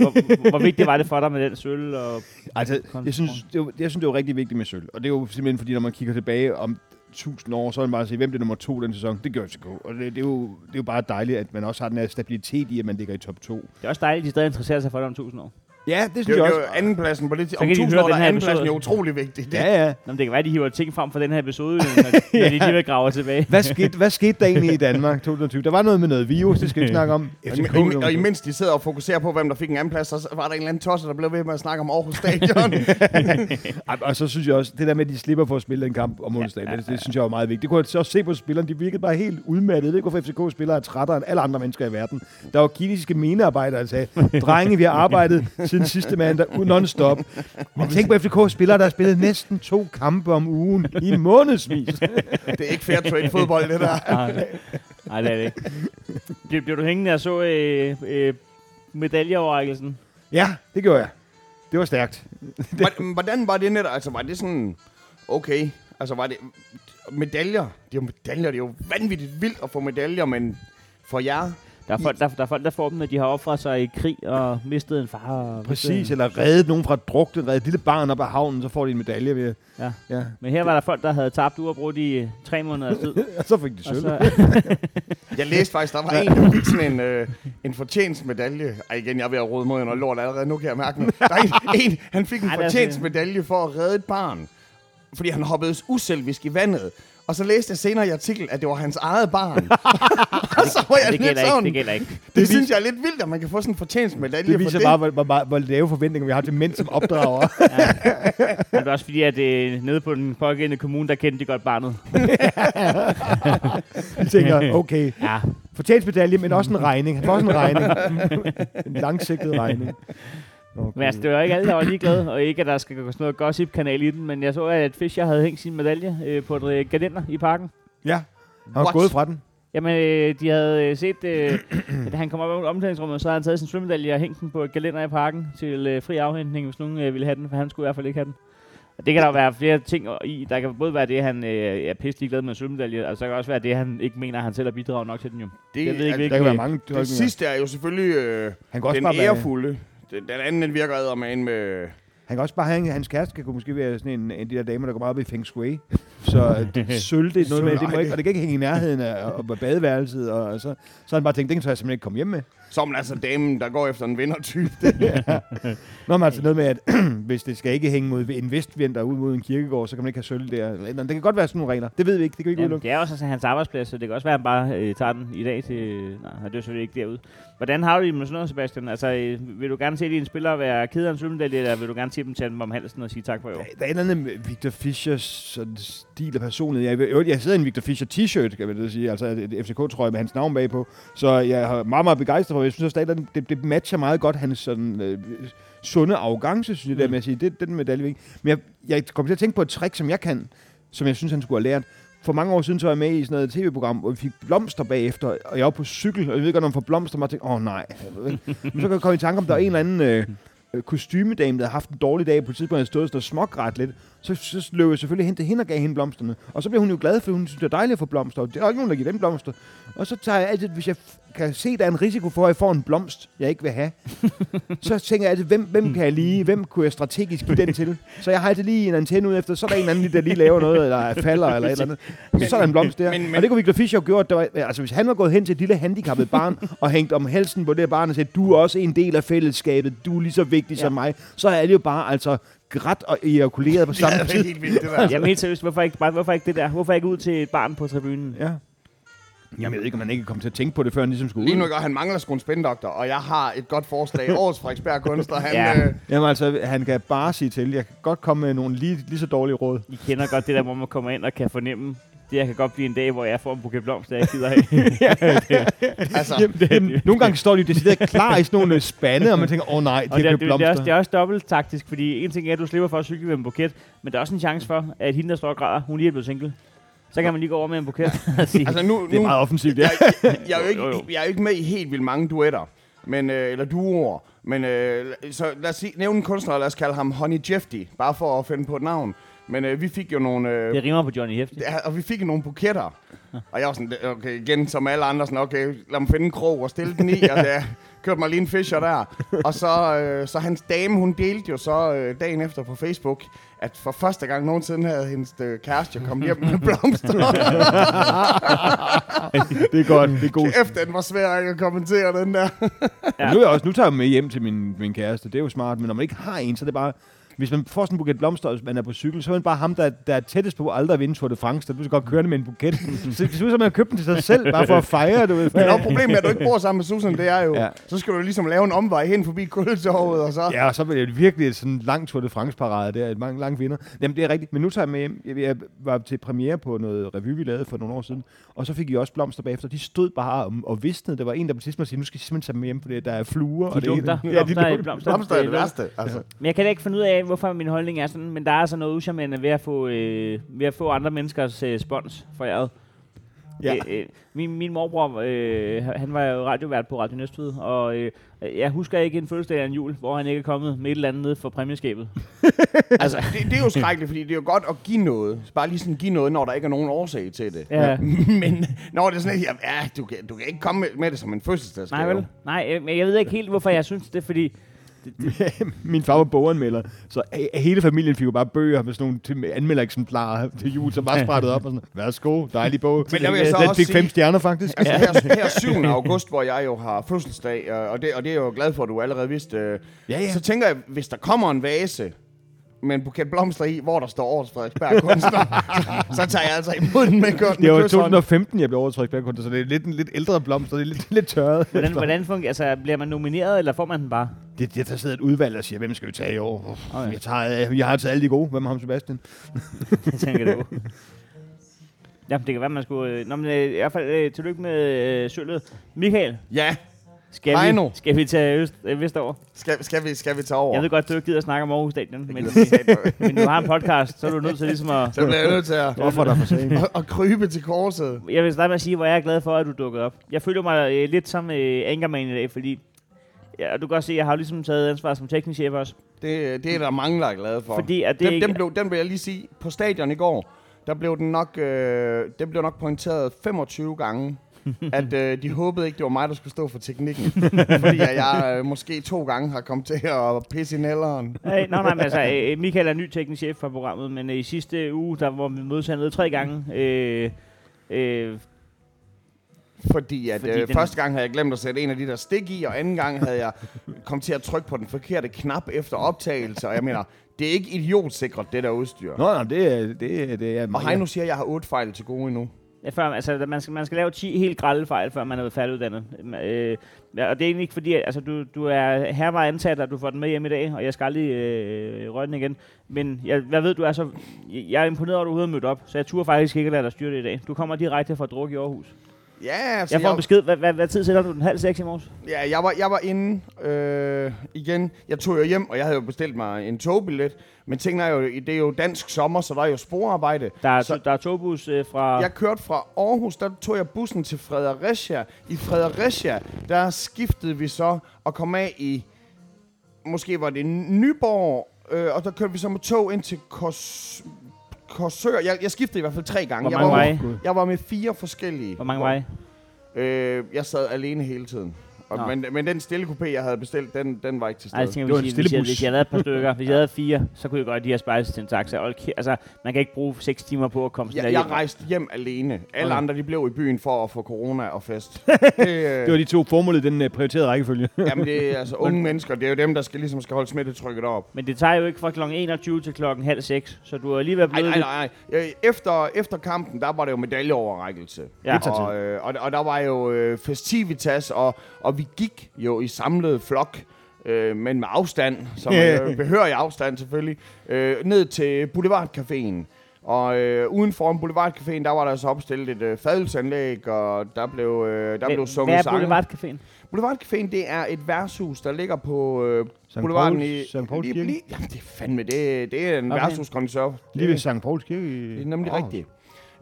hvor, hvor vigtigt var det for dig med den sølv? Og Altså, Kom, jeg synes, det var, jeg synes, det var rigtig vigtigt med sølv. Og det er jo simpelthen fordi, når man kigger tilbage om 1000 år, så er man bare at sige, hvem det nummer to den sæson. Det gør FCK. Og det, det, er jo, det er jo bare dejligt, at man også har den her stabilitet i, at man ligger i top 2. det er også dejligt, at de stadig interesserer sig for dig om 1000 år. Ja, det synes Det er jeg jo, det også. er jo andenpladsen på det tidspunkt. kan Om de 1000 høre år, den der er her andenpladsen jo episode. utrolig vigtig. Det, Ja, ja. Nå, men det kan være, at de hiver ting frem fra den her episode, når, når de alligevel graver tilbage. Hvad skete, hvad skete der egentlig i Danmark 2020? Der var noget med noget virus, det skal vi ikke snakke om. Og, FCK im- nummer og to. imens de sidder og fokuserer på, hvem der fik en anden plads, så var der en eller anden tosser, der blev ved med at snakke om Aarhus Stadion. Ej, Og så synes jeg også, det der med, at de slipper for at spille en kamp om onsdag, det, det synes jeg var meget vigtigt. Det kunne jeg så også se på spillerne, de virkede bare helt udmattede. Jeg ved ikke, hvorfor FCK-spillere er trættere end alle andre mennesker i verden. Der var kinesiske minearbejdere, der sagde, drenge, vi har arbejdet siden sidste mandag, u- non-stop. Men tænk på FCK-spillere, der har spillet næsten to kampe om ugen i en månedsvis. det er ikke fair trade fodbold, det der. Nej, nej, det er det ikke. Blev, blev du hængende og så øh, øh, medaljeoverrækkelsen? Ja, det gjorde jeg. Det var stærkt. Hvor- Hvordan var det netop? Altså, var det sådan, okay, altså var det medaljer? Det er jo medaljer, det er jo vanvittigt vildt at få medaljer, men for jer, Der er, folk, der, der er folk, der får dem, når de har offret sig i krig og mistet en far. Og Præcis, mistet en... eller reddet nogen fra drukten, reddet et lille barn op af havnen, så får de en medalje ved. Ja. ja. Men her var der folk, der havde tabt uafbrudt i øh, tre måneder tid. Og så fik de og sølv. så, Jeg læste faktisk, der var en, der fik sådan en, øh, en fortjänstmedalje. Ej, igen, jeg er ved at rode mod noget lort allerede. Nu kan jeg mærke det. Der er en, en han fik en Ej, det er fortjänstmedalje for at redde et barn. Fordi han hoppede uselvisk i vandet. Og så læste jeg senere i artikel, at det var hans eget barn. og så var jeg det lidt gælder ikke, sådan. det Det, gælder ikke. det synes jeg er lidt vildt, at man kan få sådan en fortjenstmedalje Det for viser det. bare, hvor, hvor, hvor, hvor lave forventninger vi har til mænd som opdrager. Men det er også fordi, at øh, nede på den pågældende kommune, der kendte de godt barnet. Vi tænker, okay, Ja, fortjenstmedalje, men også en regning. Han får også en regning. en langsigtet regning. men altså, det var ikke alle, der var ligeglade, og ikke, at der skal gå sådan noget gossip-kanal i den, men jeg så, at Fischer havde hængt sin medalje øh, på et øh, gardiner i parken. Ja, han var What? gået fra den. Jamen, øh, de havde øh, set, øh, at han kom op i omklædningsrummet, så havde han taget sin svømmedalje og hængt den på et galender i parken til øh, fri afhentning, hvis nogen øh, ville have den, for han skulle i hvert fald ikke have den. Og det kan der jo være flere ting i. Der kan både være det, at han øh, er pisselig glad med en svømmedalje, og så kan det også være det, at han ikke mener, at han selv har bidraget nok til den jo. Det, Jeg ved ikke, Der kan være mange det, det tolkninger. sidste er jo selvfølgelig øh, Han kan også den bare være... ærefulde. Den, den anden, den virker eddermame med... Han kan også bare have en, hans kæreste, kan kunne måske være sådan en, en af de der damer, der går meget op i Feng Shui. Så det, sølv, det er noget med, det må ikke, og det kan ikke hænge i nærheden af og på badeværelset. Og, og så, så har han bare tænkt, det kan så jeg simpelthen ikke komme hjem med. Som altså damen, der går efter en vindertype. Nå, men altså noget med, at hvis det skal ikke hænge mod en vestvind, der er ude mod en kirkegård, så kan man ikke have sølv der. Eller et eller andet. Det kan godt være sådan nogle regler. Det ved vi ikke. Det kan vi ikke Jamen, udelukke. det er jo også hans arbejdsplads, så det kan også være, at han bare øh, tager den i dag til... Nej, det er jo selvfølgelig ikke derude. Hvordan har du det med sådan noget, Sebastian? Altså, øh, vil du gerne se dine spillere være ked af en svømmedalje, eller vil du gerne se dem tage dem om halsen og sige tak for i år? Der er et eller andet med Victor Fischers sådan stil og personlighed. Jeg, ved- i øvrigt, jeg sidder i en Victor Fischer t-shirt, kan jeg vel sige, altså et FCK-trøje med hans navn bagpå. Så jeg er meget, meget begejstret for det. Jeg synes også, at det, det matcher meget godt hans sådan, øh, sunde arrogance, synes jeg, mm. der med at sige, det, den medalje vi ikke. Men jeg, jeg kom til at tænke på et trick, som jeg kan, som jeg synes, han skulle have lært. For mange år siden så var jeg med i sådan noget tv-program, hvor vi fik blomster bagefter, og jeg var på cykel, og jeg ved godt, når man får blomster, og man tænkte, åh oh, nej. Men så kan jeg komme i tanke om, der er en eller anden... Øh, øh, kostymedame, der havde haft en dårlig dag, på et tidspunkt havde stået og stået smågrædt lidt, så, så løb jeg selvfølgelig hen til hende og gav hende blomsterne. Og så blev hun jo glad, for hun synes, det er dejligt at få blomster. Og det er der ikke nogen, der giver den blomster. Og så tager jeg altid, hvis jeg f- kan se, der er en risiko for, at jeg får en blomst, jeg ikke vil have, så tænker jeg altid, hvem, hvem kan jeg lige, hvem kunne jeg strategisk give den til? Så jeg har altid lige en antenne ud efter, så er der en anden, der lige laver noget, eller falder, eller et eller andet. Så er der en blomst der. Men- men- og det kunne Victor Fischer jo gjort. Der var, altså, hvis han var gået hen til et lille handicappet barn, og hængt om halsen på det her barn og sagde, du er også en del af fællesskabet, du er lige så vigtig ja. som mig, så er det jo bare altså grædt og ejakuleret på samme det er tid. helt vildt, det der. Jamen helt seriøst, hvorfor ikke, bare, hvorfor ikke det der? Hvorfor ikke ud til et barn på tribunen? Ja. Jamen, jeg ved ikke, om man ikke kom til at tænke på det, før han ligesom skulle Lige nu ud. gør han mangler sgu en spindoktor, og jeg har et godt forslag. Årets Frederiksberg kunstner, han... Ja. Øh, Jamen altså, han kan bare sige til, jeg kan godt komme med nogle lige, lige så dårlige råd. I kender godt det der, hvor man kommer ind og kan fornemme, det her kan godt blive en dag, hvor jeg får en buket blomster, jeg ikke gider af. altså, Jamen, det, jamen, nogle gange står de jo decideret klar i sådan nogle øh, spande, og man tænker, åh oh, nej, de og det, har er, det, købt det, er også, blomster. det er også dobbelt taktisk, fordi en ting er, at du slipper for at cykle med en buket, men der er også en chance for, at hende, der står og græder, hun lige er blevet single. Så kan man lige gå over med en buket og sige, altså nu, Det er nu, meget offensivt, ja. jeg, er jo ikke, Jo, jo. jeg er jo ikke med i helt vildt mange duetter, men, øh, eller duoer. Men øh, så lad os sige, nævne en kunstner, og lad os kalde ham Honey Jeffy, bare for at finde på et navn. Men øh, vi fik jo nogle... Øh, det rimer på Johnny Hefti. Ja, og vi fik nogle buketter. Og jeg var sådan, okay, igen som alle andre, sådan, okay, lad mig finde en krog og stille den i, og der kørte mig lige en fisher der. Og så, øh, så hans dame, hun delte jo så øh, dagen efter på Facebook, at for første gang nogensinde havde hendes øh, kæreste jo kommet hjem med blomster, Det er godt, det er godt. efter den var svær ikke at kommentere den der. Ja. Ja. Nu, er jeg også, nu tager jeg dem med hjem til min, min kæreste. Det er jo smart, men når man ikke har en, så er det bare... Hvis man får sådan en buket blomster, og hvis man er på cykel, så er man bare ham, der, der er tættest på aldrig at vinde Tour de France. Så du skal godt køre med en buket. så det ser ud som, at man har købt den til sig selv, bare for at fejre det. Ud. Men og problemet er, at du ikke bor sammen med Susan, det er jo, Ja. ja. så skal du ligesom lave en omvej hen forbi kuldetorvet, og så... Ja. Ja, og så bliver det virkelig et sådan langt Tour de France-parade der, et mange lang vinder. Jamen, det er rigtigt, men nu tager jeg med hjem. Jeg, jeg var til premiere på noget revy, vi lavede for nogle år siden, og så fik I også blomster bagefter. De stod bare og, og visnede. Der var en, der på tidspunkt sagde, nu skal I simpelthen tage dem med hjem, for der er fluer. og De det hele." lugter. Ja, de Blomster i lugter. blomster. Blomster er det lugter. værste, altså. Men jeg kan da ikke finde ud af, hvorfor min holdning er sådan, men der er altså noget uschammerende ved at få, øh, ved at få andre menneskers øh, spons for jer. Ja. Ja. Øh, øh, min, min morbror, øh, han var jo radiovært på Radio Næstved, og øh, jeg husker ikke en fødselsdag eller en jul, hvor han ikke er kommet med et eller andet ned fra præmieskabet. altså. Det, det, er jo skrækkeligt, fordi det er jo godt at give noget. Bare lige sådan give noget, når der ikke er nogen årsag til det. Ja. Men når det er sådan, at ja, du, kan, du kan ikke komme med- med det som en fødselsdagsgave. Nej, vel? Nej, øh, men jeg ved ikke helt, hvorfor jeg synes det, fordi Min far var boganmelder, så he- hele familien fik jo bare bøger med sådan nogle til- anmeldereksemplarer til jul, som bare sprættede op og sådan, værsgo, dejlig bog. Men der vil jeg så Den også fik fem sige- stjerner faktisk. Altså her, her 7. august, hvor jeg jo har fødselsdag, øh, og det, og det er jeg jo glad for, at du allerede vidste. øh, Ja, ja. Så tænker jeg, hvis der kommer en vase, med en buket blomster i, hvor der står årets Frederiksberg kunstner, så, så tager jeg altså imod den med kun. Det var i med kysshånd. 2015, jeg blev årets Frederik Bergkunde, så det er lidt en lidt ældre blomst, og det er lidt, lidt tørret. Hvordan, hvordan fungerer, altså, bliver man nomineret, eller får man den bare? Det, det, der sidder et udvalg og siger, hvem skal vi tage i år? Uff, Jeg, tager, jeg har taget alle de gode. Hvem er ham, Sebastian? Jeg tænker det jo. Jamen, det kan være, man skulle... øh, Nå, men øh, i hvert fald øh, tillykke med øh, sølvet. Michael, Ja, skal Hej vi, nu. skal vi tage øst, øh, Vestover? skal, skal, vi, skal vi tage over? Jeg ved godt, du ikke gider at snakke om Aarhus Stadion, men, ved, men du har en podcast, så er du nødt til ligesom at... så bliver jeg nødt til at, Hvorfor der for sagen? at, at krybe til korset. Jeg vil starte med at sige, hvor jeg er glad for, at du dukkede op. Jeg føler mig øh, lidt som øh, Ankerman i dag, fordi... Ja, og du kan også se, at jeg har jo ligesom taget ansvar som teknisk chef også. Det, det er der mange, der er glade for. Fordi at det den, ikke- den, blev, den vil jeg lige sige, på stadion i går, der blev den nok, øh, den blev nok pointeret 25 gange, at øh, de håbede ikke, det var mig, der skulle stå for teknikken. fordi at jeg øh, måske to gange har kommet til at pisse i nælderen. Hey, nej, nej, men altså, øh, Michael er ny teknisk chef for programmet, men øh, i sidste uge, der var vi mødes hernede tre gange. Øh, øh, Fordi at Fordi fordi øh, den- første gang havde jeg glemt at sætte en af de der stik i, og anden gang havde jeg kommet til at trykke på den forkerte knap efter optagelse. Og jeg mener, det er ikke idiotsikret, det der udstyr. Nå, nej, det, er- det, er- det er og meget- Heino siger, at jeg har otte fejl til gode endnu. ja, før, altså, man, skal, man skal lave 10 helt grælde fejl, før man er færdiguddannet. Øh, ja, og det er egentlig ikke fordi, at, altså, du, du er hervej ansat, og du får den med hjem i dag, og jeg skal aldrig øh, røre den igen. Men jeg, jeg ved, du er så... Jeg er imponeret over, at du er ude og mødt op, så jeg turde faktisk ikke at lade dig styre det i dag. Du kommer direkte fra druk i Aarhus. Ja, altså, Jeg får en besked. Hvad, hvad, hvad tid sætter du den halv seks i morges? Ja, jeg var, jeg var inde øh, igen. Jeg tog jo hjem, og jeg havde jo bestilt mig en togbillet. Men tingene er jo, det er jo dansk sommer, så der er jo sporarbejde. Der er, Så- der er togbus øh, fra... Jeg kørte fra Aarhus, der tog jeg bussen til Fredericia. I Fredericia, der skiftede vi så og kom af i, måske var det Nyborg, øh, og der kørte vi så med tog ind til Kors, Korsør. Jeg, jeg skiftede i hvert fald tre gange. Hvor mange jeg, var, veje? jeg var med fire forskellige. Hvor mange veje? Øh, jeg sad alene hele tiden. Nå. Og, men, men den stille coupé, jeg havde bestilt, den, den var ikke til Nej, jeg stede. tænker, Det var hvis, en jeg, stille hvis, jeg, bus. hvis jeg havde et par stykker, hvis jeg havde fire, så kunne jeg godt lige have spejlet til en taxa. Hold kæ- Altså, man kan ikke bruge 6 timer på at komme sådan Jeg, der jeg hjem. rejste hjem alene. Alle Okay. andre de blev i byen for at få corona og fest. Det, øh, Det var de to formål i den øh, prioriterede rækkefølge. Jamen, det er altså unge mennesker. Det er jo dem, der skal, ligesom skal holde smittetrykket op. Men det tager jo ikke fra kl. 21 til klokken halv 6, så du er lige ved Nej, blevet nej, lidt... nej. Øh, Efter, efter kampen, der var det jo medaljeoverrækkelse. Ja. Det tager og, øh, og, og der var jo øh, festivitas, og, og vi gik jo i samlet flok, øh, men med afstand, som øh, behørig afstand selvfølgelig, øh, ned til Boulevardcaféen. Og øh, uden foran Boulevardcaféen, der var der så opstillet et øh, fadølsanlæg, og der blev, øh, der blev sunget Hvad er sange. Boulevardcaféen? Boulevardcaféen, det er et værtshus, der ligger på øh, Sankt Boulevarden Pauls- i... Sankt Pauls lige, Kirke? lige, jamen, det er fandme, det, det er en Okay. okay. værtshuskonserv. Lige ved det, Sankt Pauls Kirke. i- det er nemlig Åh. oh. rigtigt.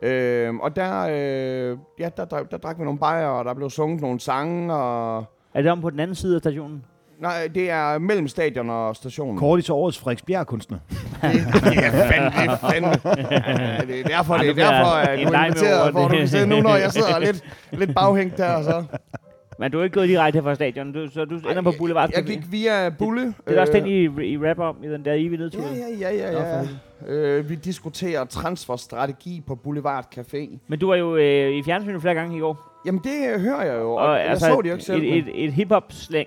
Øhm, og der, øh, ja, der, der, der drak vi nogle bajer, og der blev sunget nogle sange, og... Er det om på den anden side af stationen? Nej, det er mellem stadion og stationen. Kort i til årets Frederiksbjerg-kunstner. Ja, fandme, fandme. Ja, det er derfor, det er nu bliver derfor, at en du er leg med inviteret, ord, hvor du det. kan sidde nu, når jeg sidder lidt, lidt baghængt der, og så... Men du er ikke gået direkte fra stadion, du, så du ender på Boulevardcaféen. Jeg gik via Bulle. øh, Det er også den, I, I rapper om i den der evige nedtur. Ja, ja, ja, ja. ja. Øh, vi diskuterer transferstrategi på Boulevard Café. Men du var jo øh, i fjernsynet flere gange i går. Jamen, det øh, hører jeg jo, og, Og jeg altså, så det jo ikke selv. Et, men- et, et hip-hop-slang.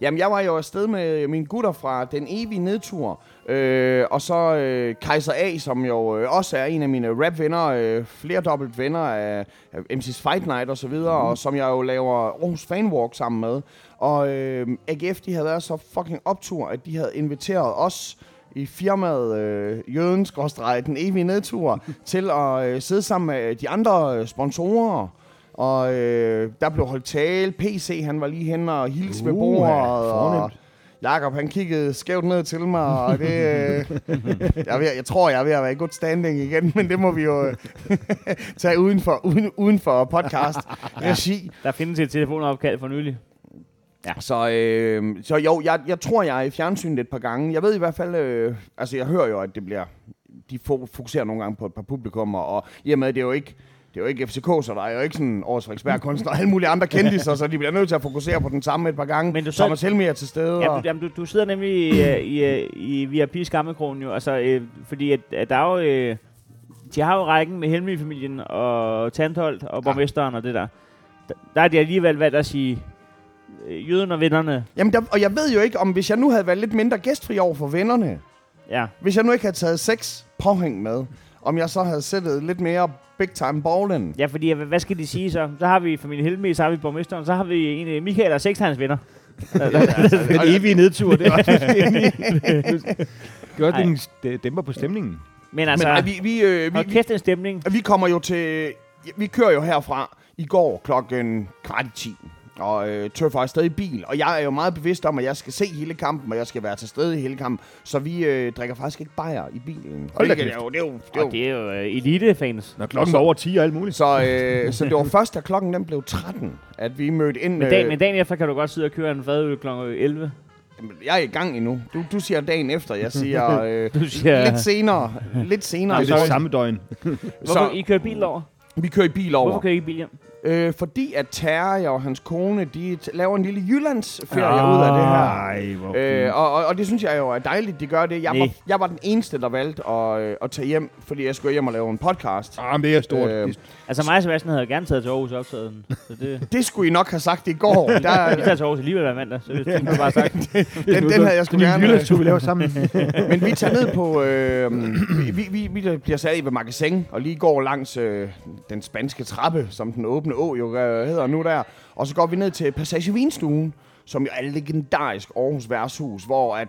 Jamen, jeg var jo afsted med mine gutter fra Den Evige Nedtur, øh, og så øh, Kaiser A, som jo øh, også er en af mine rapvenner, øh, flerdobbelt venner af, af MC's Fight Night osv., mm. og som jeg jo laver Aarhus Fanwalk sammen med. Og øh, AGF, de havde været så fucking optur, at de havde inviteret os i firmaet øh, Jøden, skråstreg, Den Evige Nedtur, til at øh, sidde sammen med de andre øh, sponsorer. Og øh, der blev holdt tale. PC, han var lige hen og hilse ved Uha, bordet. og fornemt. Jakob, han kiggede skævt ned til mig, og det... Øh, jeg, er ved, jeg tror, jeg er ved at være i god standing igen, men det må vi jo øh, tage uden for, uden, uden for podcast regi. Der findes et telefonopkald for nylig. Så, øh, så jo, jeg, jeg tror, jeg er i fjernsynet et par gange. Jeg ved i hvert fald... Øh, altså, jeg hører jo, at det bliver... De fo- fokuserer nogle gange på et par publikummer, og i og med, det er jo ikke... Det er jo ikke FCK, så der er jo ikke sådan Årets Frederiksberg kunstner og alle mulige andre kendtiser, så de bliver nødt til at fokusere på den samme et par gange. Men du selv- Thomas Helmi er til stede. Ja, og- du, jamen, du, du sidder nemlig i, øh, i, øh, i VIP-skammekrogen jo, altså, øh, fordi at, at der er jo, øh, de har jo rækken med Helmi-familien og Tandholt og borgmesteren og det der. Der, der er de alligevel valgt at sige, øh, jøden og vennerne, Jamen, der, og jeg ved jo ikke, om hvis jeg nu havde været lidt mindre gæstfri over for vennerne, Ja. Hvis jeg nu ikke havde taget seks påhæng med, om jeg så havde sættet lidt mere big time ballen. ja, fordi hvad- hvad skal de sige så? Så har vi familien Helmi, så har vi borgmesteren, så har vi en øh, Michael og seks af hans venner. Altså, Den evige nedtur, det er også Gør det, en- det dæmper på stemningen. Men Men altså, nej, vi, vi, øh, vi, hold kæft en stemning. vi kommer jo til... Vi kører jo herfra i går klokken kvart i 10, og øh, tøffer afsted i bil. Og jeg er jo meget bevidst om, at jeg skal se hele kampen, og jeg skal være til stede i hele kampen. Så vi øh, drikker faktisk ikke bajer i bilen. Hold da Hvilket kæft. er jo, det er jo, det er jo Og det er jo øh, elite-fans. Når klokken var over 10 og alt muligt. Så, øh, så det var først, da klokken den blev 13, at vi mødte ind. øh, Men, dag, men dagen efter kan du godt sidde og køre en fadøl kl. 11. Jamen, jeg er i gang endnu. Du, du siger dagen efter, jeg siger øh, Du siger, lidt senere. Lidt senere. Nej, det er så, Ah. samme døgn. hvorfor I så kører bil over? vi kører i bil Hvorfor over. kører I ikke bil hjem? Øh, fordi at Terje og hans kone, de t- laver en lille Jyllandsferie ud af det her. Ej, hvor Øh, og, og, og det synes jeg jo er dejligt, de gør det. Jeg, var, Næ. jeg var den eneste, der valgte at, øh, at tage hjem, fordi jeg skulle hjem og lave en podcast. Ah, men det er stort. Øh, Øh, Altså mig og Sebastian havde gerne taget til Aarhus og optaget den. Så det, Det skulle I nok have sagt i går. vi Der, tager til Aarhus alligevel hver mandag, så det det kunne du bare sagt. den, den havde jeg sgu det er en gerne... øh, jyllandstur, vi laver sammen. Men vi tager ned på... Øh, vi, vi, vi bliver sat i ved Magasin, og lige går langs øh, den spanske trappe, som den åbne å jo øh, hedder nu der. Og så går vi ned til Passage Vinstuen, som jo er et legendarisk Aarhus værtshus, hvor at,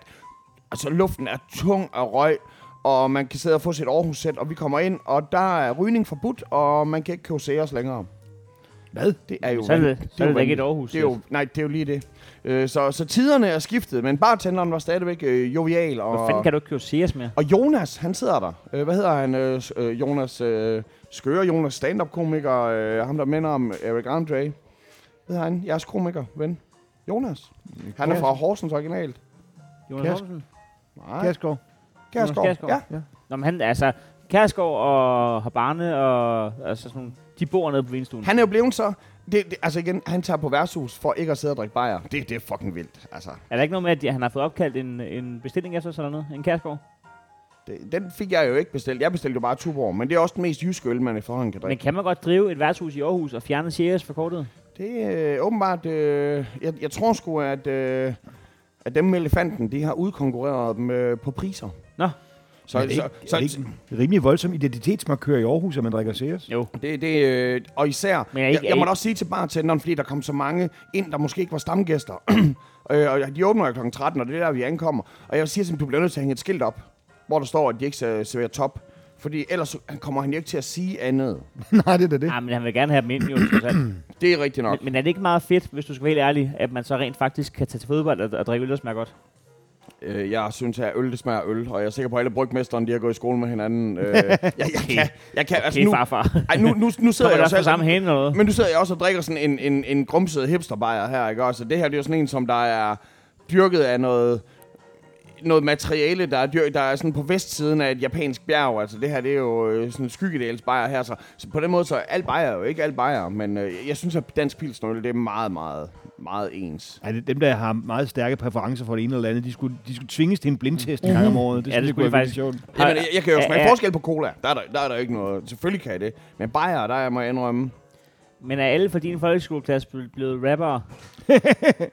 altså, luften er tung af røg, og man kan sidde og få sit Aarhus-sæt, og vi kommer ind, og der er rygning forbudt, og man kan ikke købe os længere. Hvad? Det er jo Så er det- vanvittigt. så er det jo da ikke vanvittigt. et Aarhus-sæt. Det er jo, nej, det er jo lige det. Øh, så, så tiderne er skiftet, men bartenderen var stadigvæk øh, jovial. Og, Hvor fanden kan du ikke købe Sears mere? og Jonas, han sidder der. Øh, hvad hedder han? Øh, s- øh, Jonas øh, Skøre, Jonas stand-up-komiker, øh, ham der minder om Eric Andre. Hvad hedder han? Jeres komiker, ven. Jonas. Han er fra Horsens originalt. Jonas Kjærs- Holmsen? Nej, Kærsgaard. Kærsgaard. Kjærsgaard. Ja. Nå, men han, altså, Kærsgaard og Habane og altså sådan nogle, de bor nede på vinstuen. Han er jo blevet så... Det, det, altså igen, han tager på værtshus for ikke at sidde og drikke bajer. Det, det er fucking vildt. Altså, Er der ikke noget med, at de- han har fået opkaldt en, en bestilling efter sådan noget? En Kærsgaard? det, den fik jeg jo ikke bestilt. Jeg bestilte jo bare Tuborg, men det er også den mest jyske øl, man efterhånden kan Men drikke. kan man godt drive et værtshus i Aarhus og fjerne Sears fra kortet? Det er øh, åbenbart... Øh, jeg, jeg tror sgu, at, øh, at dem med elefanten, de har udkonkurreret dem øh, på priser. Nå, Så, Er det det, så, ikke- så, er det det, ikke Rimelig voldsom identitetsmarkør i Aarhus, at man drikker Sears. jo. det, det øh, og især, Men er jeg, ikke- er jeg må ikke- da også sige til bartenderen, fordi der kom så mange ind, der måske ikke var stamgæster. øh, og de åbner jo kl. 13, og det er der, vi ankommer. Og jeg siger til dem, du bliver nødt til at hænge et skilt op, hvor der står, at de ikke ser- serverer top. Fordi ellers kommer han jo ikke til at sige andet. Nej, det er da det. Ah, men han vil gerne have dem ind, jo. trods alt. Det er rigtigt nok. men, men er det ikke meget fedt, hvis du skal være helt ærlig, at man så rent faktisk kan tage til fodbold og, og drikke øl, der smager godt? Øh, jeg synes, at øl, det smager af øl. Og jeg er sikker på, at alle brygmesteren, de har gået i skole med hinanden. Øh, jeg, jeg, kan, jeg kan, Altså, altså det er nu, farfar. ej, nu, nu, nu Så sidder er der jeg jo også selv, samme hende eller noget. Men du sidder jeg også og drikker sådan en, en, en grumset hipsterbajer her, ikke også? Og det her, det er jo sådan en, som der er dyrket af noget, noget materiale, der er, dyr, der er sådan på vestsiden af et japansk bjerg. Altså det her, det er jo øh, sådan en skyggedelsbajer her. Så, så på den måde, så er alt bajer jo ikke alt bajer. Men øh, jeg synes, at dansk pilsnøl, det er meget, meget, meget ens. Ej, det er dem, der har meget stærke præferencer for det ene eller andet, de skulle, de skulle tvinges til en blindtest en gang om året. Det, Ja, synes det skulle jeg kunne være de virkelig sjovt. Jamen, jeg, jeg kan jo Ja, smage ja. forskel på cola. Der er der, der er der ikke noget. Selvfølgelig kan jeg det. Men bajer, der må jeg indrømme. Men er alle fra din folkeskoleklasse ble- blevet rappere?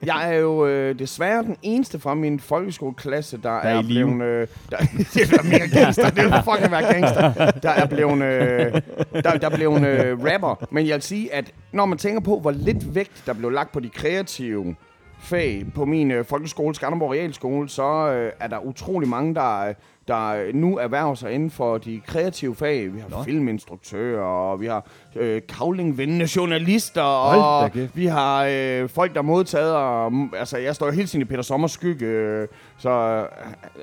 Jeg er jo øh, desværre den eneste fra min folkeskoleklasse, der, der er er, i live. blevet... Øh, der, det er mega gangster. Det er fucking være gangster. Der er blevet, øh, der, der er blevet øh, rapper. Men jeg vil sige, at når man tænker på, hvor lidt vægt, der blev lagt på de kreative fag på min øh, folkeskole, Skanderborg Realskole, så øh, er der utrolig mange, der, øh, der øh, nu erhverver sig inden for de kreative fag. Vi har filminstruktører, og vi har øh, kavlingvendende journalister, Hold da og kæft. vi har øh, folk, der modtaget, og mm, altså, jeg står jo hele tiden i Peter Sommers skygge, øh, så øh,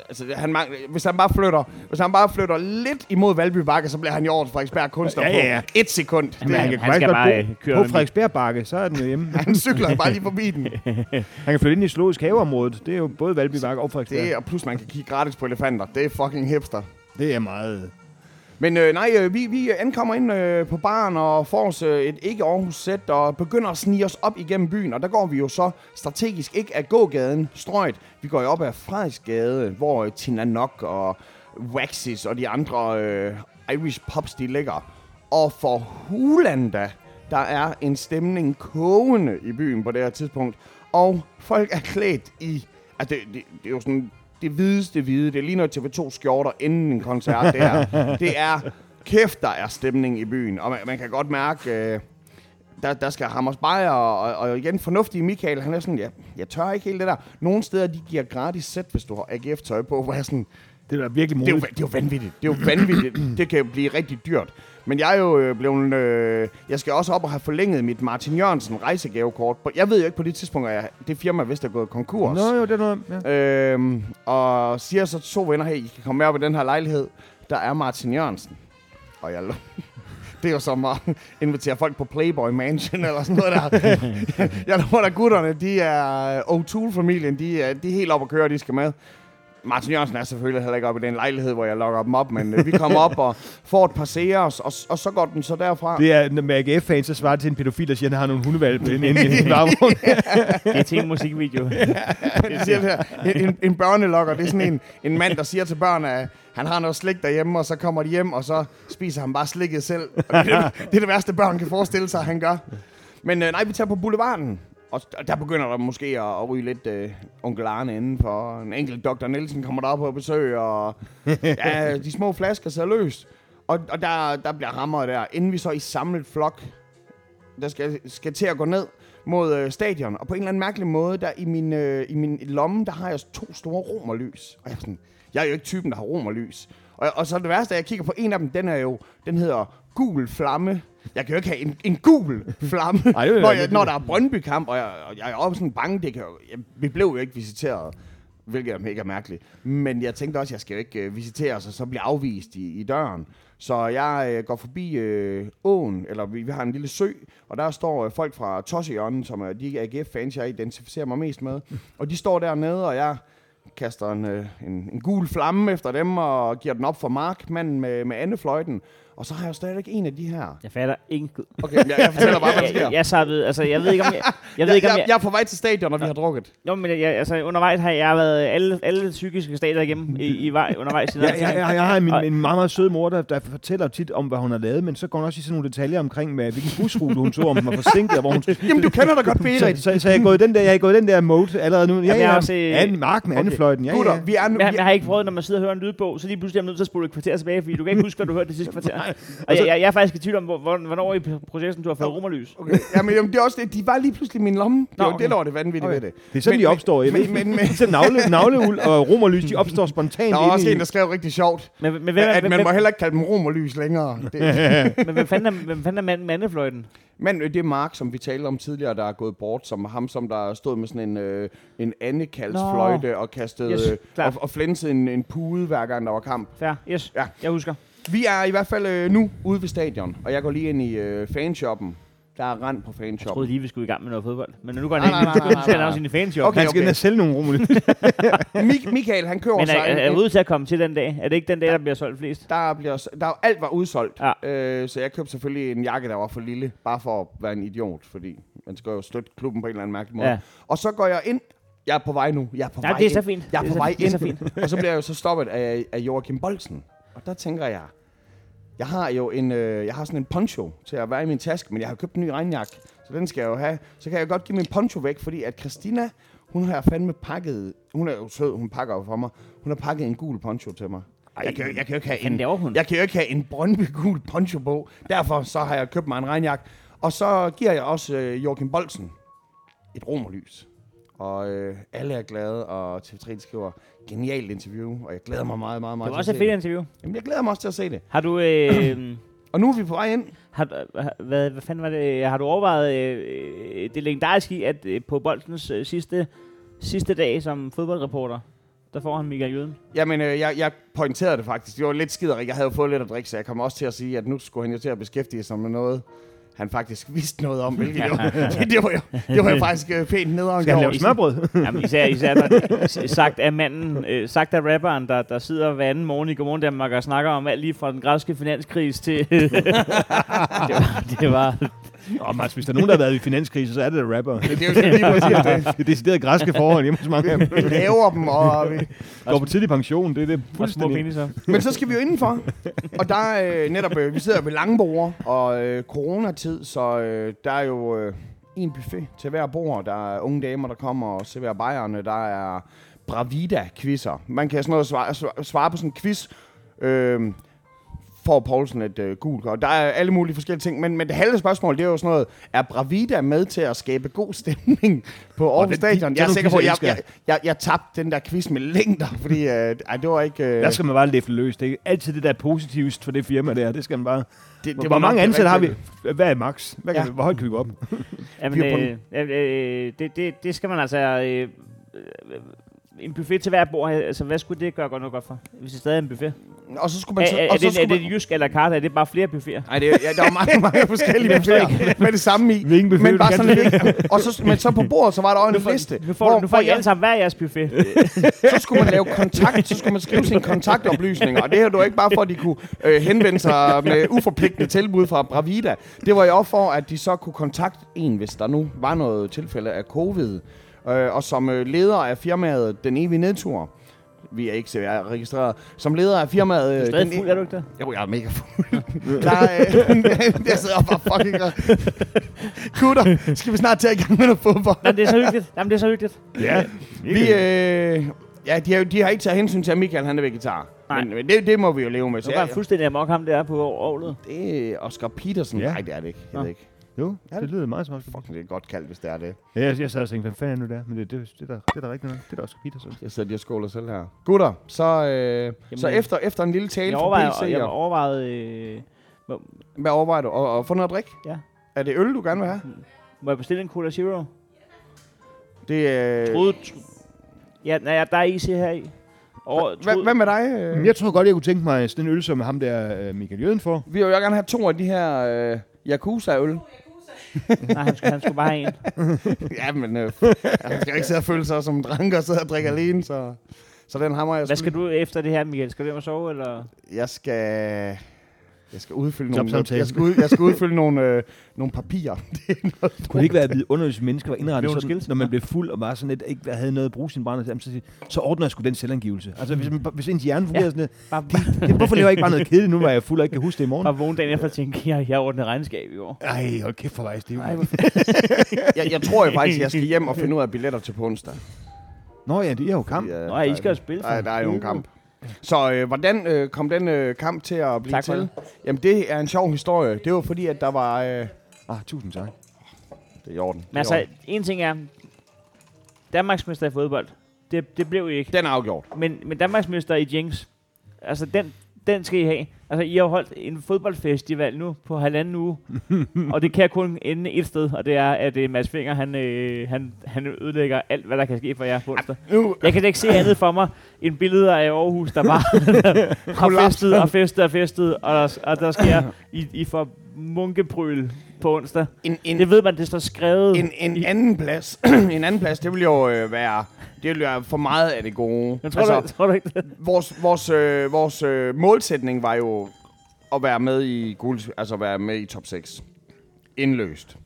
altså, han mangler, hvis, han bare flytter, hvis han bare flytter lidt imod Valby Bakke, så bliver han i årets Frederiksberg kunstner Ja, ja, ja. på et sekund. Men Det, han han- kan han faktisk skal godt bare, bo øh, køre på med bil. Frederiksberg Bakke, så er den jo hjemme. han cykler bare lige forbi den. Han kan flytte ind i Zoologisk Haveområdet. Det er jo både Valby Bakke og Frederiksberg. Det, er- og plus man kan kigge gratis på elefanter. Det er fucking hipster. det er meget... Men øh, nej, øh, vi, vi ankommer ind øh, på baren og får os øh, et ikke Aarhus sæt og begynder at snige os op igennem byen. Og der går vi jo så strategisk ikke af gågaden, strøget. Vi går jo op ad Frederiksgade, hvor øh, Tina Nok og Waxis og de andre øh, Irish Pops, de ligger. Og for hulen da, der er en stemning kogende i byen på det her tidspunkt. Og folk er klædt i... Altså, det, det, det er jo sådan det hvideste hvide. Det ligner TV2 skjorter inden en koncert, det her. Det er, kæft, der er stemning i byen. Og man, man kan godt mærke, øh, der, der skal Hammers Bayer, og, og, og igen, fornuftige Michael, han er sådan, ja, jeg tør ikke helt det der. Nogle steder, de giver gratis sæt, hvis du har AGF-tøj på, hvor jeg sådan, Det er da virkelig det er, jo, modigt. det er jo vanvittigt. Det er jo vanvittigt. Det kan jo blive rigtig dyrt. Men jeg er jo øh, blevet... Øh, jeg skal også op og have forlænget mit Martin Jørgensen rejsegavekort. Jeg ved jo ikke på det tidspunkt, at jeg, det firma vist er gået konkurs. Nå jo, det er noget. Ja. Øhm, og siger så til to venner, hey, I kan komme med op i den her lejlighed. Der er Martin Jørgensen. Og jeg lå. Det er jo som at invitere folk på Playboy Mansion eller sådan noget der. jeg tror da gutterne, de er øh, O'Toole-familien, de er, de er helt op at køre, de skal med. Martin Jørgensen er selvfølgelig heller ikke op i den lejlighed, hvor jeg lokker dem op, men øh, vi kommer op og får et par seere, og, og, og så går den så derfra. Det er, når med AGF-fans, så svarer det til en pædofil, der siger, at han har nogle hundevalpe inde inde i bagvognen. Det er til en musikvideo. Det siger det her. En, en, en børnelokker, det er sådan en, en mand, der siger til børn, at han har noget slik derhjemme, og så kommer de hjem, og så spiser han bare slikket selv. Og det, er det, det er det værste, børn kan forestille sig, at han gør. Men øh, nej, vi tager på boulevarden. Og s- der begynder der måske at, at ryge lidt øh, onkel Arne indenfor. og En enkelt Dr. Nielsen kommer derop på besøg, og ja, de små flasker sidder løs. Og, og der, der bliver hammer der, inden vi så i samlet flok, der skal, skal til at gå ned mod øh, stadion. Og på en eller anden mærkelig måde, der i min, øh, i min lomme, der har jeg to store romerlys. Og jeg er, sådan, jeg er jo ikke typen, der har romerlys. Og, og så det værste, er, at jeg kigger på en af dem, den er jo, den hedder gul flamme. Jeg kan jo ikke have en, en gul flamme, Ej, det er når, jeg, rigtigt. når der er Brøndby-kamp, og jeg, og jeg er oppe sådan bange, det kan jo, jeg, vi blev jo ikke visiteret, hvilket er mega mærkeligt. Men jeg tænkte også, at jeg skal jo ikke øh, visiteres, og så blive afvist i, i døren. Så jeg øh, går forbi øh, åen, eller vi, vi har en lille sø, og der står øh, folk fra Tossejørnen, som er de AGF-fans, jeg identificerer mig mest med. Og de står dernede, og jeg kaster en, øh, en, en gul flamme efter dem, og giver den op for Mark, manden med, med andefløjten. Og så har jeg stadigvæk en af de her. Jeg fatter ingen gud. Okay, jeg, jeg fortæller bare, jeg, hvad der sker. jeg, jeg, sappede, altså, jeg ved ikke, om jeg... Jeg ved ikke, om jeg, jeg... jeg er på vej til stadion, når vi har drukket. Jo, men jeg, altså, undervejs har jeg været alle, alle psykiske stater igennem i, i vej, undervejs. i den Ja, her ja, ting. ja, jeg har min, Og- en meget, meget sød mor, der, der fortæller tit om, hvad hun har lavet, men så går hun også i sådan nogle detaljer omkring, med, hvilken busrute hun tog, om den var forsinket, og hvor hun Jamen, du kender da godt så, Berit. så, så jeg er gået i den der, jeg er gået i den der mode allerede nu. Ja, jeg har ja, også, øh, ja, ja Mark med okay. andefløjten. Ja, Gutter, ja. vi er nu... Men jeg, vi jeg er- har ikke prøvet, når man sidder og hører en lydbog, så lige pludselig er jeg nødt til at spole et kvarter tilbage, fordi du kan ikke huske, hvad du hørte det sidste kvarter. Og Altså- jeg, jeg, jeg er faktisk i tvivl om, hvor, hvor- hvornår i processen du har fået romerlys. Okay. Jamen, jamen, det er også det. De var lige pludselig i min lomme. Det var okay. det, der var det vanvittige okay. ved det. Det er sådan, Men- de opstår. Jeg men- ved. men- men- så navle, navleuld og romerlys, de opstår spontant. Der var også inde i- en, der skrev rigtig sjovt, Men, men, hvem, er- at hvem, man må hvem, heller ikke kalde dem romerlys længere. Det, men hvem, fanden er, hvem fanden er manden med andefløjten? men øh, det er Mark, som vi talte om tidligere, der er gået bort, som ham, som der stod med sådan en, øh, en andekaldsfløjte og kastede Yes, øh, klart. og, og flænsede en, en pude, hver gang der var kamp. Fair, yes, Ja. ja. jeg husker. Vi er i hvert fald øh, nu ude ved stadion, og jeg går lige ind i øh, fanshoppen. Der er rand på Jeg fanshoppen. troede lige, vi skulle i gang med noget fodbold. Men nu går han Nej, nej, ikke. nej, Nu skal nej, han til at nej. lave sine fans jo. Okay, Han skal ind okay. og sælge nogle romerlys. Mik- Michael, han kører Men er, sig... er, er en- ude til at komme til den dag? Er det ikke den dag, der bliver solgt flest? der bliver, s- der, alt var udsolgt. Ja. Øh, så jeg købte selvfølgelig en jakke, der var for lille, bare for at være en idiot, fordi man skal jo støtte klubben på en eller anden mærkelig måde. Ja. Ja. Og så går jeg ind. Jeg er på vej nu. Jeg er på Nej, vej det er så ind. fint. Jeg er Det på er så- vej det er ind. så fint. og så bliver jeg jo så stoppet af, af Joachim Bolsen. Og der tænker jeg, jeg har jo en, øh, jeg har sådan en poncho til at være i min taske, men jeg har købt en ny regnjakke, så den skal jeg jo have. Så kan jeg godt give min poncho væk, fordi at Christina, hun har fandme pakket, hun er jo sød, hun pakker jo for mig, hun har pakket en gul poncho til mig. jeg, kan, jo- jeg kan jo ikke have fanden laver hun? jeg kan jo ikke have en Brøndby-gul poncho på. Derfor så har jeg købt mig en regnjakke. Og så giver jeg også øh, Joachim Bolsen et romerlys. Og øh, alle er glade, og TV3 skriver, genialt interview, og jeg glæder mig meget, meget, meget Det var også til et at se fedt det. interview. Jamen, jeg glæder mig også til at se det. Har du... Øh, Og nu er vi på vej ind. Har, du- øh, har- hvad, hvad fanden var det? Har du overvejet øh, øh, det legendariske i, at øh, på Boltens øh, sidste, sidste dag som fodboldreporter, der får han Michael Jøden? Jamen, øh, jeg, jeg pointerede det faktisk. Det var lidt skiderig. Jeg havde jo fået lidt at drikke, så jeg kom også til at sige, at nu skulle han jo til at beskæftige sig med noget, han faktisk vidste noget om, hvilket jo, det, var jo, det var jo faktisk øh, pænt nederen. Skal han gjort. lave smørbrød? Jamen især, især når det- s- sagt af manden, øh, sagt af rapperen, der, der sidder hver anden morgen i Godmorgen Danmark og snakker om alt lige fra den græske finanskrise til... det, var, det var... Åh, Mads, hvis der er nogen, der har været i finanskrise, så er det da rapper. Det er jo sådan lige præcis det. Det er decideret græske forhold hjemme hos mange. Vi laver dem, og vi, Går på tidlig pension, det er det Og små fuldstændig. peniser. Men så skal vi jo indenfor. Og der er øh, netop, øh, vi sidder ved lange borde, og øh, coronatid, så øh, der er jo øh, en buffet til hver bord. Der er unge damer, der kommer og serverer bajerne. Der er Bravida-quizzer. Man kan sådan noget svare, svare, svare på sådan en quiz, øh, får Poulsen et øh, gult kort. Der er alle mulige forskellige ting, men, men det halve spørgsmål, det er jo sådan noget, er Bravida med til at skabe god stemning på Aarhus det- Stadion? det- Jeg er det sikker på, at nogle jeg, quizzer, jeg jeg, jeg, jeg tabte den der quiz med længder, fordi øh, ej, det var ikke... Øh, Der skal man bare læfle løs. Det er altid det der positivst for det firma der. Det skal man bare... det, Det var Hvor mange nok det ansatte har vi? rigtige. Hvad er max? Hvad kan Ja. vi, hvor højt kan vi gå op? Jamen, Vi er på øh, øh, øh, det, det, det skal man altså... Øh, øh, en buffet til hver bord, altså hvad skulle det gøre godt nok godt for? Hvis det stadig er en buffet. Og så skulle Er, man... så- er, og er, så det, er skulle man- det jysk eller karte? Er det bare flere buffeter? Nej, det, er- ja, der er mange, mange forskellige buffeter med det samme i. Hvilken buffet men vil bare du sådan lidt. Og så, men så på bordet, så var der også en liste. Nu får, du, nu får I alle sammen hver jeres buffet. Øh, så skulle man lave kontakt, så skulle man skrive sine kontaktoplysninger. Og det her det var ikke bare for, at de kunne øh, henvende sig med uforpligtende tilbud fra Bravida. Det var jo for, at de så kunne kontakte en, hvis der nu var noget tilfælde af covid. Øh, og som øh, leder af firmaet Den Evige Nedtur, vi er ikke CVR-registreret, som leder af firmaet... øh, Stadig Den E- fuld, er du ikke der? jo, jeg er mega fuld. Der, øh, jeg sidder bare fucking og... Gutter, skal vi snart tage i gang med noget fodbold? Jamen, det er så hyggeligt. Jamen, det er så hyggeligt. Ja. Vi, øh, ja, de har, jo- de har ikke taget hensyn til, at Michael han er vegetar. Nej. Men, men det, det må vi jo leve med. Så Så var ja, han fuldstændig amok ham der på året. det er Oscar Peterson. Ja. Nej, det er det ikke. Jeg Nå. ved ikke. Jo, det lyder meget som Oscar. Fuck, det er godt kaldt, hvis det er det. Ja, jeg, jeg sad og tænkte, hvad fanden er nu der? Men det, det, det, er der, det er der rigtigt nok. Det er der Oscar Peterson. Jeg sidder lige og skåler selv her. Gutter, så, øh, så øh, efter, efter en lille tale Jeg fra overvejede, PC, jeg og, overvejede øh, hvad overvejer du? Og, og få noget drik? Ja. Er det øl, du gerne vil have? må jeg bestille en Cola Zero? Det, øh, Troede, tr- ja, nej, ja, der er is her i. Og, hva, hvad med dig? Øh? Jeg tror godt, jeg kunne tænke mig sådan en øl, som ham der øh, Michael Jøden får. Vi vil jo gerne have to af de her øh, Yakuza-øl. Nej, han skulle, han skulle bare have en. ja, men øh, han skal jo ikke sidde og føle sig som en drank og sidde og drikke alene, så, så den hammer jeg Hvad sgu skal du efter det her, Michael? Skal du hjem og sove, eller? jeg skal... Jeg skal udfylde nogle, Jobsamtale. jeg skal, ud, jeg skal udfylde nogle, øh, nogle papirer. Kunne det ikke være vidunderligt, hvis mennesker var indrettet Blev hun sådan, skilt? når man blev fuld og var sådan lidt, ikke havde noget at bruge sin brænder til, så, siger- så ordner jeg sgu den selvangivelse. Altså, hvis, man, hvis ens hjerne fungerer Ja. ja. sådan lidt, Bare, bare, det, hvorfor laver jeg ikke bare noget kedeligt nu, hvor jeg er fuld og ikke kan huske det i morgen? bare vågne dagen efter og tænke, jeg, jeg ordnede regnskab i år. Ej, hold kæft for vej, Steve. Jeg, jeg tror jo faktisk, jeg skal hjem og finde ud af billetter til på onsdag. Nå ja, det er jo kamp. Ja, Nå, ja, I skal jo spille. for Uh. Nej, der er jo en helvede. kamp. Så øh, hvordan øh, kom den øh, kamp til at blive Tak for til? det. Jamen, det er en sjov historie. Det var fordi, at der var... Øh, det Ah, tusind tak. er i orden. Men altså, en ting er, Danmarksmester i fodbold, det, det blev I ikke. Den er afgjort. Men, men Danmarksmester i Jinx, altså den, den skal I have. Altså, I har holdt en fodboldfestival nu på halvanden uge, og det kan kun ende et sted, og det er, at uh, Mads Finger, han, øh, han, han ødelægger alt, hvad der kan ske for jer på onsdag. Nu, Jeg kan da ikke se andet for mig end billeder af Aarhus, der bare har festet og festet og festet, og der, og der sker, I, I får munkepryl på onsdag. en, en, Det ved man, det står skrevet. en, en I- anden plads, en anden plads, det vil jo øh, være... Det vil være for meget af det gode. Jeg tror, altså, du, tror du ikke det? vores, vores, øh, vores øh, målsætning var jo at være med i guld, altså være med i top 6. Indløst.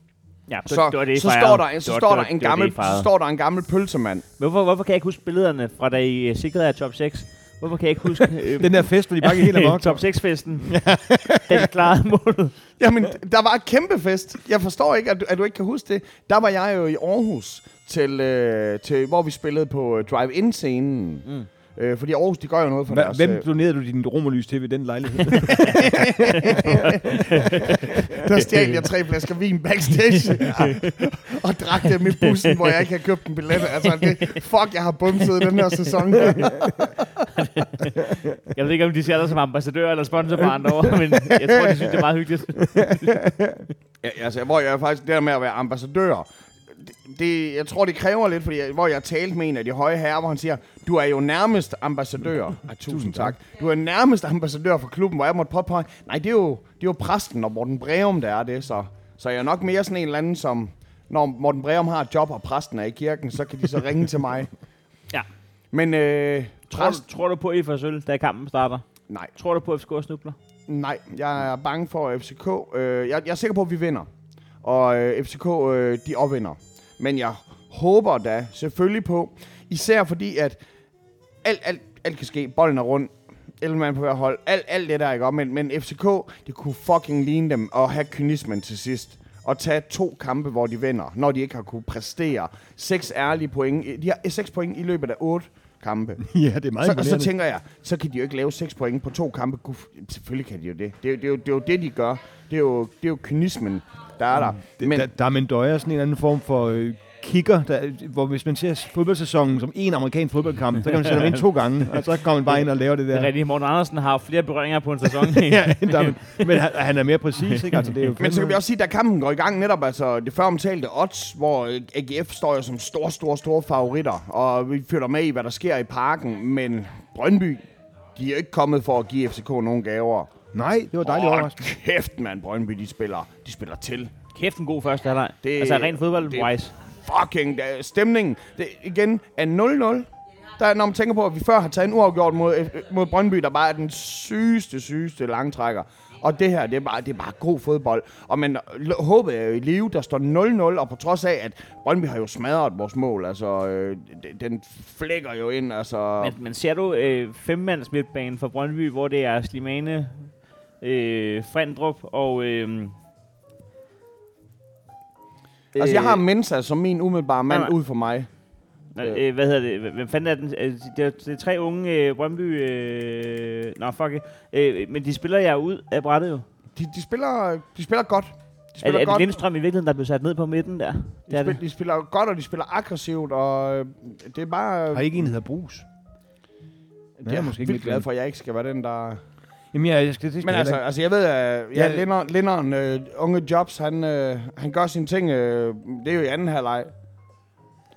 Ja, Så, så, I så fejrede. står der, en- Det så var- står det der var- en det var det, gammel, I fejrede. så står der en gammel pølsemand. Hvorfor, hvorfor kan jeg ikke huske billederne fra da I øh, sikrede jer top 6? Hvorfor kan jeg ikke huske øh, Den der fest, hvor de bare gik helt amok. top 6-festen? den klarede målet. Jamen, der var et kæmpe fest. Jeg forstår ikke, at du, at du ikke kan huske det. Der var jeg jo i Aarhus, til, øh, til hvor vi spillede på øh, drive-in-scenen. Mm. Øh, fordi Aarhus, de gør jo noget for Hva- deres... Hvem øh, donerede du din romerlys til ved den lejlighed? Der stjal jeg tre flasker vin backstage ja. og drak dem i bussen, hvor jeg ikke har købt en billet. Altså, det, fuck, jeg har bumset den her sæson. Jeg ved ikke, om de ser dig som ambassadør eller sponsor for andre år, men jeg tror, de synes, det er meget hyggeligt. Ja, altså, hvor jeg faktisk, det der med at være ambassadør, det- det, jeg tror, det kræver lidt, fordi jeg, hvor jeg talte med en af de høje herrer, hvor han siger, du er jo nærmest ambassadør. Ej, tusind tak. Du er nærmest ambassadør for klubben, hvor jeg måtte påpege, nej, det er jo, det er jo præsten og Morten Breum, der er det, så, så jeg er nok mere sådan en eller anden, som når Morten Breum har et job, og præsten er i kirken, så kan de så ringe til mig. Ja. Men øh, Tror, præst, du- tror du på, at I får sølv, da kampen starter? nej, Tror du på, at FCK snubler? Nej, jeg er bange for FCK. Øh, jeg, jeg er sikker på, at vi vinder. Og øh, FCK, øh, de opvinder. Men jeg håber da selvfølgelig på, især fordi, at alt, alt, alt kan ske. Bolden er rundt. Ellemann på hver hold. Alt, alt det der, ikke? Og Men, men FCK, det kunne fucking ligne dem at have kynismen til sidst. Og tage to kampe, hvor de vinder, når de ikke har kunne præstere. Seks ærlige point. De har seks point i løbet af otte kampe. ja, det er meget Så, og så imponerende. tænker jeg, så kan de jo ikke lave 6 point på to kampe. Gud, Selvfølgelig kan de jo det. Det er, jo- det, er jo, det er jo det, de gør. Det er jo, det er jo kynismen, der er der. Mm, Det, men, der, der er Mendoya sådan en eller anden form for øh, kigger, der, hvor hvis man ser fodboldsæsonen som en amerikansk fodboldkamp, så kan man sætte ham ind to gange, og så kommer man bare ind og laver det Det der. er rigtigt. Morten Andersen har haft flere berøringer på en sæson. ja, der, men, men han, han er mere præcis, ikke? Altså, det er jo Men så kan vi også sige, da kampen går i gang netop, altså det før omtalte odds, hvor øh, AGF står jo som store, store, store favoritter, og vi følger med i, hvad der sker i parken, men Brøndby, de er ikke kommet for at give FCK nogle gaver. Nej, det var dejligt Åh, overraskende. kæft, mand, Brøndby, de spiller, de spiller til. Kæft en god første halvleg. Det- Altså rent fodbold-wise. Fucking da, stemningen. Det, igen, er 0-0. Der, når man tænker på, at vi før har taget en uafgjort mod, øh, mod Brøndby, der bare er den sygeste, sygeste langtrækker. Og det her, det er bare, det er bare god fodbold. Og man l- håbet er jo i live, der står 0-0, og på trods af, at Brøndby har jo smadret vores mål, altså, øh, d- den flækker jo ind, altså... Men, men ser du øh, femmands midtbane fra Brøndby, hvor det er Slimane, øh, Frendrup og... Øh, altså, jeg øh, har Mensa som min umiddelbare mand nej, nej. ud for mig. Nå, øh, hvad hedder det? Hvem fanden er den? Øh, Det er, det er tre unge øh, Brøndby... Øh, nå, fuck it. Øh, men de spiller jeg ud af brættet jo. De, de, spiller, de spiller godt. De Er, spiller det- er det godt. Lindstrøm i virkeligheden, der blev sat ned på midten der? Det de, er spiller, det. de spiller godt, og de spiller aggressivt, og øh, det er bare... Har I ikke en, der hedder Brugs? Det er jeg måske ikke vildt glad for, at jeg ikke skal være den, der... Jamen, jeg, jeg skal, det skal Men jeg altså, heller altså jeg ved, at ja, Ja. Linderen, Linderen øh, unge Jobs, han, øh, han gør sine ting. Øh, det er jo i anden halvleg.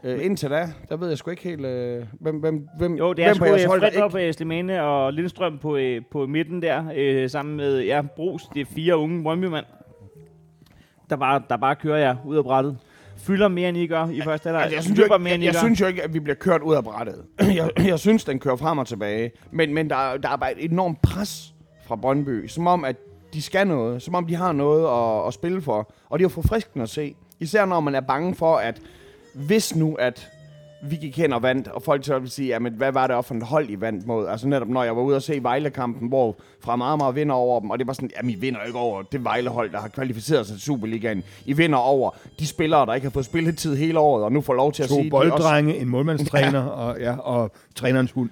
Øh, indtil da, der ved jeg sgu ikke helt, øh, hvem, hvem, hvem, Jo, det er hvem sgu på jeres øh, hold, der ikke... Frendrup, øh, Slimane og Lindstrøm på, øh, på midten der, øh, sammen med ja, Brugs. Det er fire unge Brøndby-mand, der bare, der bare kører jer ud af brættet. Fylder mere, end I gør i første halvleg. Altså, jeg, synes jo Løber ikke, mere, jeg, end I jeg gør. synes jo ikke, at vi bliver kørt ud af brættet. jeg, jeg synes, den kører frem og tilbage. Men, men der, er- der er bare et enormt pres fra Brøndby. Som om, at de skal noget. Som om, de har noget at, at spille for. Og det er jo forfriskende at se. Især når man er bange for, at hvis nu, at vi gik hen og vandt, og folk så vil sige, jamen, hvad var det også for et hold, I vandt mod? Altså netop, når jeg var ude og se Vejle-kampen, hvor fra meget, meget vinder over dem, og det var sådan, jamen, I vinder jo ikke over det Vejle-hold, der har kvalificeret sig til Superligaen. I vinder over de spillere, der ikke har fået spilletid hele året, og nu får lov til at ikke. sige, To at de også bolddrenge, en målmandstræner og, ja, og trænerens hund.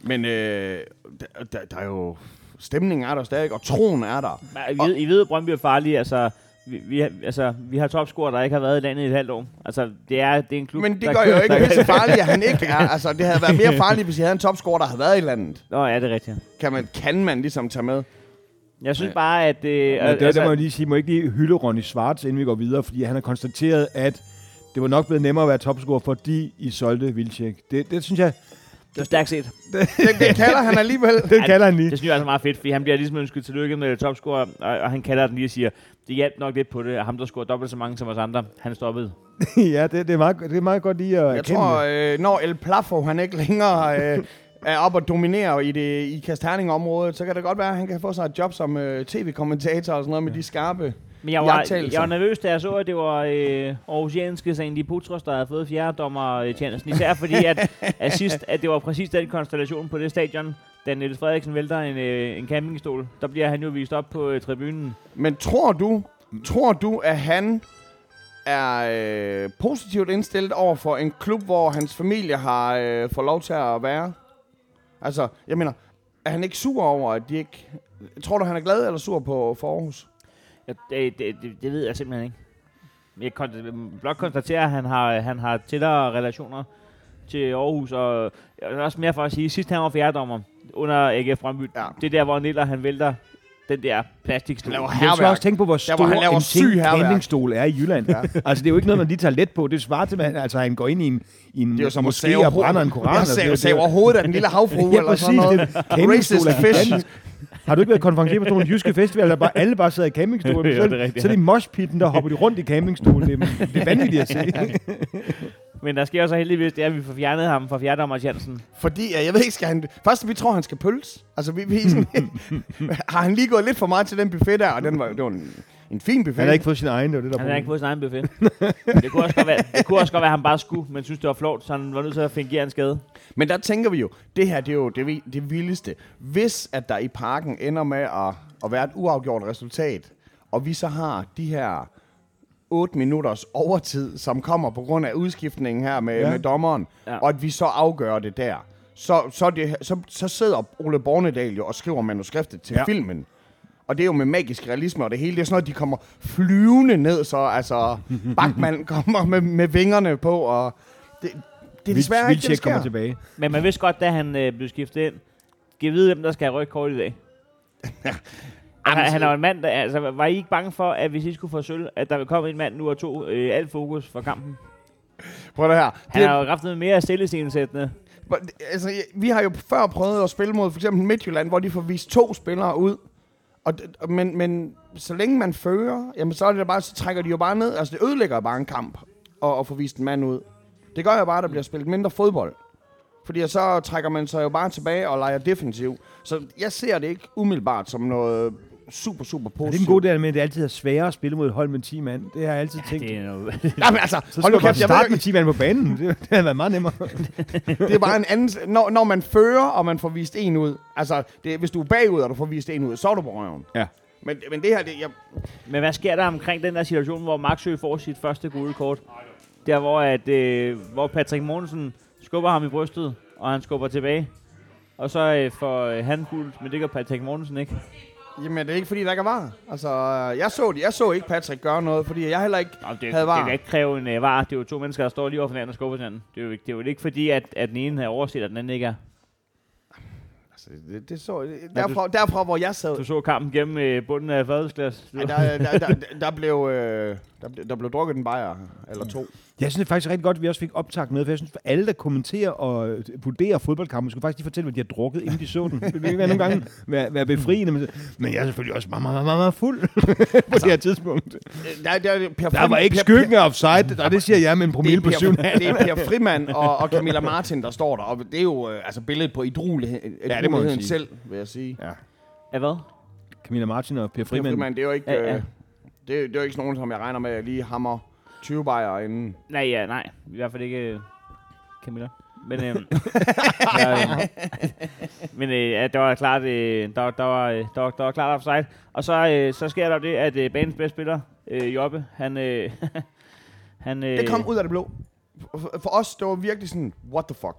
Men øh, der, der, der er jo... Stemningen er der stadig, og troen er der. Nej, I ved, I ved, at Brøndby er farlige. Altså, vi, vi, har- altså, vi har topscorer, der ikke har været i landet i et halvt år. Altså, det er, det er en klub, Men det der gør jo kører- ikke altså. pisse farligt, at han ikke er. Altså, det havde været mere farligt, hvis jeg havde en topscorer, der havde været i landet. Nå, ja, det er rigtigt. Kan man, kan man ligesom tage med? Jeg synes bare, at... Øh, Ja, der, altså, der må jeg lige sige, må jeg ikke lige hylde Ronny Schwartz, inden vi går videre, fordi han har konstateret, at det var nok blevet nemmere at være topscorer, fordi I solgte Vilcek. Det, det synes jeg, det var altså, stærkt set. Det, det kalder han alligevel. det kalder han lige. Det synes jeg er altså meget fedt, fordi han bliver ligesom ønsket tillykke med topscorer, og, og, han kalder den lige og siger, det hjalp nok lidt på det, at ham, der scorer dobbelt så mange som os andre, han stoppede. ja, det, det, er meget, det er meget godt lige at Jeg erkende tror, det. øh, når El Plafo, han ikke længere øh, er op og dominerer i, det, i Kasterning-området, så kan det godt være, at han kan få sig et job som øh, tv-kommentator og sådan noget med de skarpe. Men jeg var, jeg, Jagttagelser. jeg var nervøs, da jeg så, at det var øh, Aarhusianske Sandy Putros, der havde fået fjerdommer øh, tjenesten. Især fordi, at, at, sidst, at det var præcis den konstellation på det stadion, da Niels Frederiksen vælter en, øh, en campingstol. Der bliver han jo vist op på øh, tribunen. Men tror du, Mm. tror du, at han er øh, positivt indstillet over for en klub, hvor hans familie har øh, fået lov til at være? Altså, jeg mener, er han ikke sur over, at de ikke... Tror du, han er glad eller sur på for Aarhus? Jeg, det, det, det, det ved jeg simpelthen ikke. Men Jeg kan blot konstatere, at han har, han har tættere relationer til Aarhus, og jeg er også mere for at sige, sidst han var fjerdommer under AGF Brøndby, Ja. det er der, hvor Niller han vælter den der plastikstol. Han laver Men jeg skal herværk. også tænke på, hvor Der, hvor han stor laver en syg ting hærværk. campingstol er i Jylland. Ja. Ja. altså, det er jo ikke noget, man lige tager let på. Det svarer til, at han, altså, han går ind i en, i en Det er jo som at moské save og brænder en koran. Jeg altså, det er save, jo- save overhovedet af den lille havfrue Ja, eller sådan præcis, noget. det er en Racist campingstol af fish. gigantisk. Har du ikke været konferencier på nogle jyske festivaler, der bare, alle bare sidder i campingstolen? Ja, så, det er rigtigt, så er det i moshpitten, der hopper de rundt i campingstolen. Det, er- det er vanvittigt at se. Men der sker så heldigvis det, er, at vi får fjernet ham fra fjerdommer Jensen. Fordi, ja, jeg ved ikke, skal han... Først, vi tror, han skal pølse. Altså, vi, vi er sådan, har han lige gået lidt for meget til den buffet der, og den var, det var en, en fin buffet. Han har ikke fået sin egen, det var det, der Han har problemet. ikke fået sin egen buffet. det, kunne også godt være, det kunne også godt være, at han bare skulle, men synes det var flot, så han var nødt til at fingere en skade. Men der tænker vi jo, det her det er jo det, vi- det vildeste. Hvis at der i parken ender med at, at være et uafgjort resultat, og vi så har de her 8 minutters overtid, som kommer på grund af udskiftningen her med, ja. Ja. med dommeren, ja. Ja. og at vi så afgør det der. så, så, det, så, så sidder Ole Bornedal jo og skriver manuskriptet til Ja. ja. filmen. Og det er jo med magisk realisme og det hele. Det er sådan noget, de kommer flyvende ned, så altså Bachmann kommer med, med vingerne på, og det, det er desværre ikke, det der Vilcek kommer sker. tilbage. Men man vidste godt, da han øh, blev skiftet ind. Giv vide, hvem der skal have rødt kort i dag. han, er- han er jo en mand, der, altså, var I ikke bange for, at hvis I skulle få sølv, at der ville komme en mand nu og to øh, alt fokus for kampen? Prøv det her. Det, Han har jo haft noget mere stillescensættende. altså, vi har jo før prøvet at spille mod for eksempel Midtjylland, hvor de får vist to spillere ud. Og, d- og- men, men så længe man fører, jamen, så, er det da bare, så trækker de jo bare ned. Altså, det ødelægger bare en kamp at, at få vist en mand ud. Det gør jo bare, at der bliver spillet mindre fodbold. Fordi så trækker man sig jo bare tilbage og leger defensiv. Så jeg ser det ikke umiddelbart som noget super, super Ja, positivt. det er en god del med, at det altid er sværere at spille mod et hold med 10 mand. Det har jeg altid tænkt. Det er noget. Jamen, altså, Så hold skal nu man kæft, jeg ved starte ikke- med 10 mand på banen. Det, det havde været meget nemmere. Det er bare en anden... Når, når man fører, og man får vist en ud... Altså, det, hvis du er bagud, og du får vist en ud, så er du på røven. Ja. Men, men det her, det, jeg, Men hvad sker der omkring den der situation, hvor Maxø får sit første gule kort? Der hvor, at, øh, hvor Patrick Mogensen skubber ham i brystet, og han skubber tilbage. Og så øh, får øh, han gult, men det gør Patrick Mogensen ikke. jamen, det er ikke, fordi der ikke er var. Altså, jeg så, det- jeg så ikke Patrick gøre noget, fordi jeg heller ikke... Nå, det, Havde det var. kan ikke kræve en øh, var. Det er jo to mennesker, der står lige over for hinanden og skubber til hinanden. Det er jo, ikke- det er jo ikke fordi, at, at den ene har overset, og den anden ikke er. Altså, det, det så... Derfra, derfra, hvor jeg sad... Du så kampen gennem øh, bunden af fadelsglas. Ja, der, der, der, der, der, blev, øh, der, blev- der blev drukket en bajer, eller to. Jeg synes det er faktisk rigtig godt, at vi også fik optagt med, for jeg synes, for alle, der kommenterer og øh, vurderer fodboldkampen, skulle faktisk lige fortælle, hvad de har drukket, inden de så den. Det vil være nogle gange være, være befriende, men, men jeg er selvfølgelig også meget, meget, meget, meget, meget fuld på altså, det her tidspunkt. Øh, Der, der, per Der var ikke skyggen af offside, der, det siger jeg med en promille på det, er 7,5. per, det er Per Frimand og, og Camilla Martin, der står der. Og det er jo øh, altså billedet på idruligheden man ja, sige. selv, vil jeg sige. Af hvad? Camilla Martin og Per Frimand. Frimand. det er jo ikke, Ja, ja, ja. ja. Øh, det, er- det er jo ikke sådan nogen, som jeg regner med, at lige hammer 20 bajer inden. Nej, ja, nej. I hvert fald ikke øh, Camilla. Men, øhm, jeg, øh, men øh, ja, der var klart, øh, der, der, var, øh, der, var, der var klart offside. Og så, øh, så sker der jo det, at øh, banens bedste spiller, øh, Jobbe, han... Øh, han øh, Det kom ud af det blå. For, for os, det var virkelig sådan, what the fuck.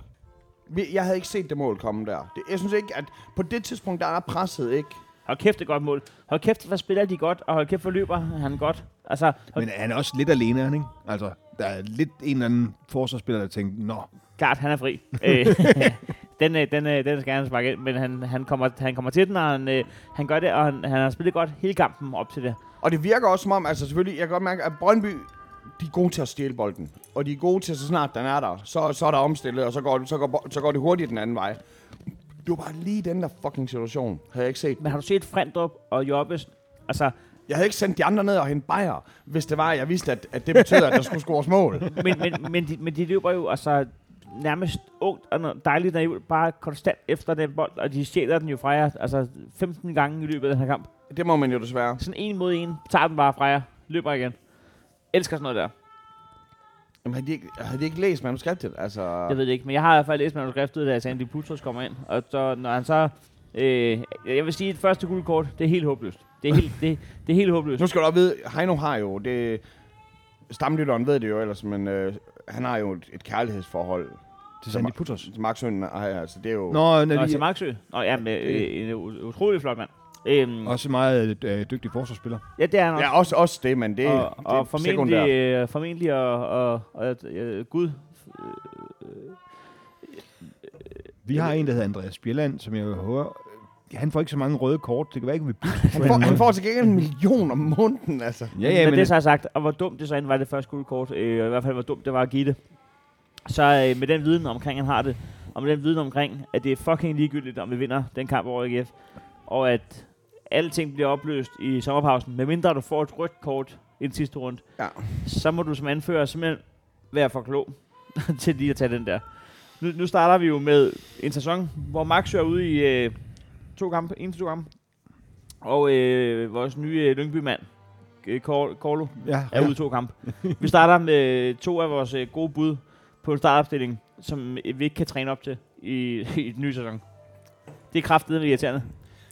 Vi- Jeg havde ikke set det mål komme der. Det, jeg synes ikke, at på det tidspunkt, der er presset ikke. Hold kæft, det er et godt mål. Hold kæft, hvad spiller de godt, og hold kæft, hvor løber han godt. Altså, hold, Men han er også lidt alene, er han, ikke? Altså, der er lidt en eller anden forsvarsspiller, der tænkte, nå, klart, han er fri. Øh, den, øh, den, øh, den skal han sparke ind, men han, han, kommer, han kommer til den, og han, øh, han gør det, og han, han har spillet godt hele kampen op til det. Og det virker også som om, altså selvfølgelig, jeg kan godt mærke, at Brøndby, de er gode til at stjæle bolden. Og de er gode til, så snart den er der, så, så er der omstillet, og så går, så, går, bo- så går det hurtigt den anden vej. Det var bare lige den der fucking situation, havde jeg ikke set. Men har du set Frendrup og Jobbes? Altså, Jeg havde ikke sendt de andre ned og hente bajer, hvis det var, at jeg vidste, at, at det betød, at der skulle scores mål. men, men, men, de, men de løber jo altså nærmest ungt og no- dejligt naivt, bare konstant efter den bold, og de stjæler den jo fra jer, altså 15 gange i løbet af den her kamp. Det må man jo desværre. Sådan en mod en, tager den bare fra jer, løber igen. Elsker sådan noget der. Jamen, havde de ikke, havde de ikke læst manuskriptet? Altså, Jeg ved det ikke, men jeg har i hvert fald læst manuskriptet, da Sandy Putros kommer ind, og så, når han så... Øh, jeg vil sige, at det første gule kort, det er helt håbløst. Det er helt, det, det er helt håbløst. nu skal du også vide, Heino har jo det... Stamlytteren ved det jo ellers, men øh, han har jo et, et kærlighedsforhold det er Sandy Putters. til Mark Søn. Altså, det er jo... Nå, Nå, når til de, Maxø. Nå, ja, men, øh, en u- utrolig flot mand. Øhm, også meget øh, dygtig forsvarsspiller. ja, det er han også. Ja, også, også det, men det, og, det og sekundært. formentlig, øh, formentlig og, og, og øh, Gud. Vi har en, der hedder Andreas Bjelland, som jeg hører. øh, Han får ikke så mange røde kort. Det kan være ikke, vi bytter. Han får, han får til gengæld en million om måneden, altså. Ja, men, ja, men, det så har jeg sagt, og hvor dumt det så end var det første gule kort, øh, og i hvert fald hvor dumt det var at give det. Så øh, med den viden omkring, han har det, og med den viden omkring, at det er fucking ligegyldigt, om vi vinder den kamp over AGF, og at alting bliver opløst i sommerpausen, medmindre du får et rødt kort i den sidste runde, Ja. så må du som anfører simpelthen være for klog til lige at tage den der. Nu, nu starter vi jo med en sæson, hvor Max er ude i øh, to kampe, en til to kampe, og øh, vores nye øh, Lyngby-mand, øh, Kor- Korlo, ja, er ude i to kampe. Vi starter med to af vores øh, gode bud på en startopstilling, som øh, vi ikke kan træne op til i, i den nye sæson. Det er kraftedeme irriterende.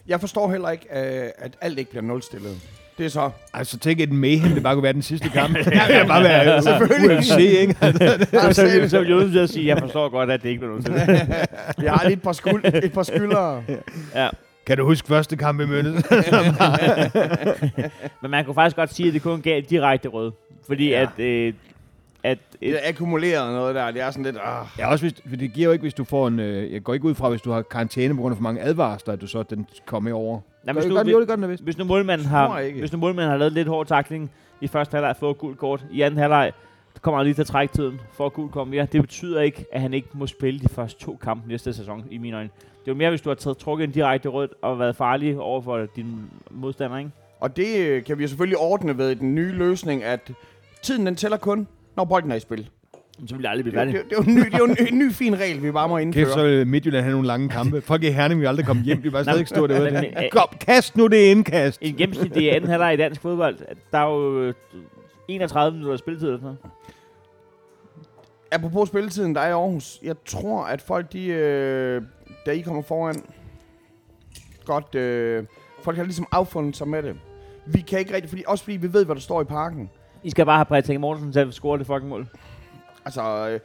Jeg forstår heller ikke, øh, at alt ikke bliver nulstillet. Det, det er så. Altså, tænk et mayhem, det bare kunne være den sidste kamp. det kan bare være Selvfølgelig. UFC, ikke? Så, så, så vil jeg nødt til at sige, jeg forstår godt, at det ikke bliver noget til. det. Jeg har lige et par, skuld, et par skyldere. Ja. Kan du huske første kamp i Mønnes? Men man kunne faktisk godt sige, at det kun gav direkte rød. Fordi Ja. ja. at, øh, at Det et, er akkumuleret noget der. Det er sådan lidt... Ah. Ja, også hvis, for det giver jo ikke, hvis du får en... Øh, jeg går ikke ud fra, hvis du har karantæne på grund af for mange advarsler, at du så den kommer over. nej, Gør hvis, det nu, godt, jo, det gør den da vist. hvis nu målmanden tror har, jeg ikke. hvis nu målmanden har lavet lidt hård takling i første halvleg fået gult kort, i anden halvleg kommer han lige til at trække tiden for at gult komme mere. Det betyder ikke, at han ikke må spille de første to kampe næste sæson, i mine øjne. Det er jo mere, hvis du har taget, trukket en direkte rød og været farlig over for din modstander, ikke? Og det øh, kan vi jo selvfølgelig ordne ved den nye løsning, at tiden den tæller kun, når bolden er i spil. Så vil jeg aldrig blive Det, er jo- færdig. det, er- det, er jo en ny, det er jo en, ny- en ny fin regel, vi bare må indføre. Kæft, så vil Midtjylland have nogle lange kampe. Folk i Herning vil aldrig komme hjem. De vil bare Nej, stadig stå derude. men, der. øh, Kom, kast nu det indkast. En gennemsnitlig anden halvleg i dansk fodbold, der er jo øh, 31 minutter spilletid eller sådan noget. Apropos spilletiden, der er i Aarhus. Jeg tror, at folk, de, øh, da I kommer foran, godt, øh, folk har ligesom affundet sig med det. Vi kan ikke rigtig, fordi, også fordi vi ved, hvad der står i parken. I skal bare have Patrick Mortensen til at score det fucking mål. Altså, øh,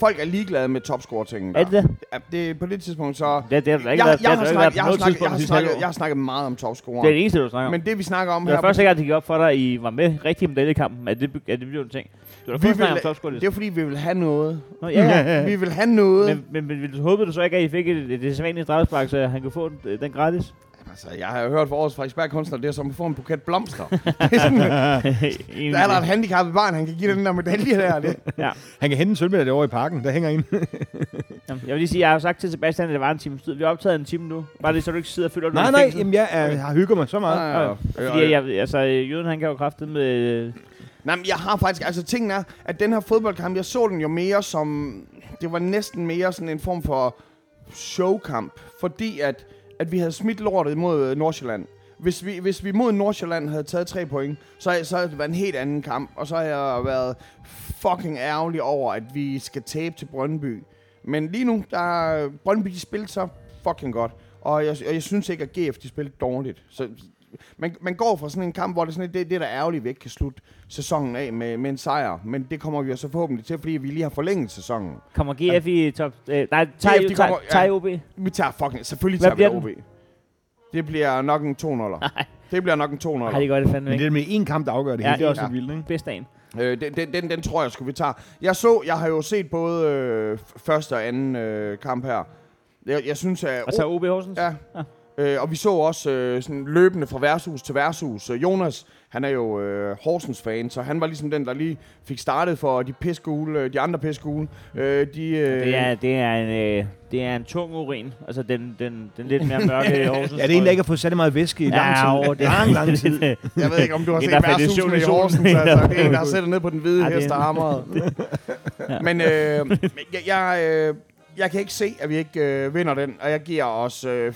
folk er ligeglade med topscore-tingen. Ja. Er det det? Ja, det, på det tidspunkt, så... Det, det har der Jeg, ikke jeg, været, jeg, det har har der ikke snakket, været på jeg, har noget snakket, tidspunkt jeg, de har sidste snakket, halve år. jeg har snakket meget om Det er topscorer. det eneste, du snakker om. Men det, vi snakker om Det var her... første gang, det gik op for dig i var med rigtig medaljekampen, at det, at det blev en ting. Du har Vi først snakket vil- om topscore. Det er fordi, vi vil have noget. Nå, ja, ja. Vi vil have noget. Men, men, men, men håbede du så ikke, at I fik et, et, et sædvanligt straffespark, så han kunne få den, øh, den gratis? Altså, jeg har jo hørt fra årets Frederiksberg kunstner, det er som at få en buket blomster. Det er sådan, der er der et handicappet barn, han kan give dig den der medalje der. Det. Han kan hente en sølvmedalje over i parken. Der hænger en. Jamen, Jeg vil lige sige, jeg har jo sagt til Sebastian, at det var en times tid. Vi har optaget en time nu. Bare det, så du ikke sidder og føler, at du er nej, i nej. fængsel. Jamen, jeg, er, jeg hygger mig så meget. Nej, Fordi jeg, altså, jøden han kan jo kræfte med... øh, Nej, men jeg har faktisk, altså tingen er, at den her fodboldkamp, jeg så den jo mere som, det var næsten mere sådan en form for showkamp, fordi at, at vi havde smidt lortet mod øh, Nordsjælland. Hvis vi, hvis vi mod Nordsjælland havde taget tre point, så, havde- så havde det været en helt anden kamp, og så har jeg været fucking ærgerlig over, at vi skal tabe til Brøndby. Men lige nu, der Brøndby de spillede så fucking godt, og jeg, og jeg synes ikke, at GF de spillede dårligt. Så man, man går fra sådan en kamp, hvor det er sådan lidt, det, det er da ærgerligt, vi ikke kan slutte sæsonen af med, med en sejr. Men det kommer vi jo så forhåbentlig til, fordi vi lige har forlænget sæsonen. Kommer GF i top... Øh, nej, tager de I- kommer- tager- tager I OB? Vi tager fucking... Selvfølgelig Hvad tager vi OB. bliver Det bliver nok en 2 0 Det bliver nok en 2 Nej, det 0 gør det fandme Men det ikke. er med én kamp, der afgør det Ja, hele. Det er én også så kamp. vildt, ikke? Bedst dagen. øh, den, den, den, den tror jeg sgu, vi tager. Jeg så... Jeg har jo set både øh, f- første og anden øh, kamp her. Jeg, jeg synes, at... Og så OB Horsens? Ja. Øh, og vi så også øh, sådan løbende fra værtshus til værtshus. Øh, Jonas, han er jo øh, Horsens fan, så han var ligesom den, der lige fik startet for de pissegule, øh, de andre pissegule. Øh, de, øh, Det er, det er, en, øh, det er en tung urin. Altså den, den, den lidt mere mørke Horsens. Ja, det er en, der ikke har fået særlig meget væske i lang tid. Ja, åh, det er lang, lang tid. Jeg ved ikke, om du har En, set der faldt i værtshusene søvn i i solen. Horsens, altså. Det er en, der sætter ned på den hvide Ja, det er hest og en- hammeret. Men øh, men jeg, jeg, øh, jeg kan ikke se, at vi ikke øh, vinder den, og jeg giver os... Øh,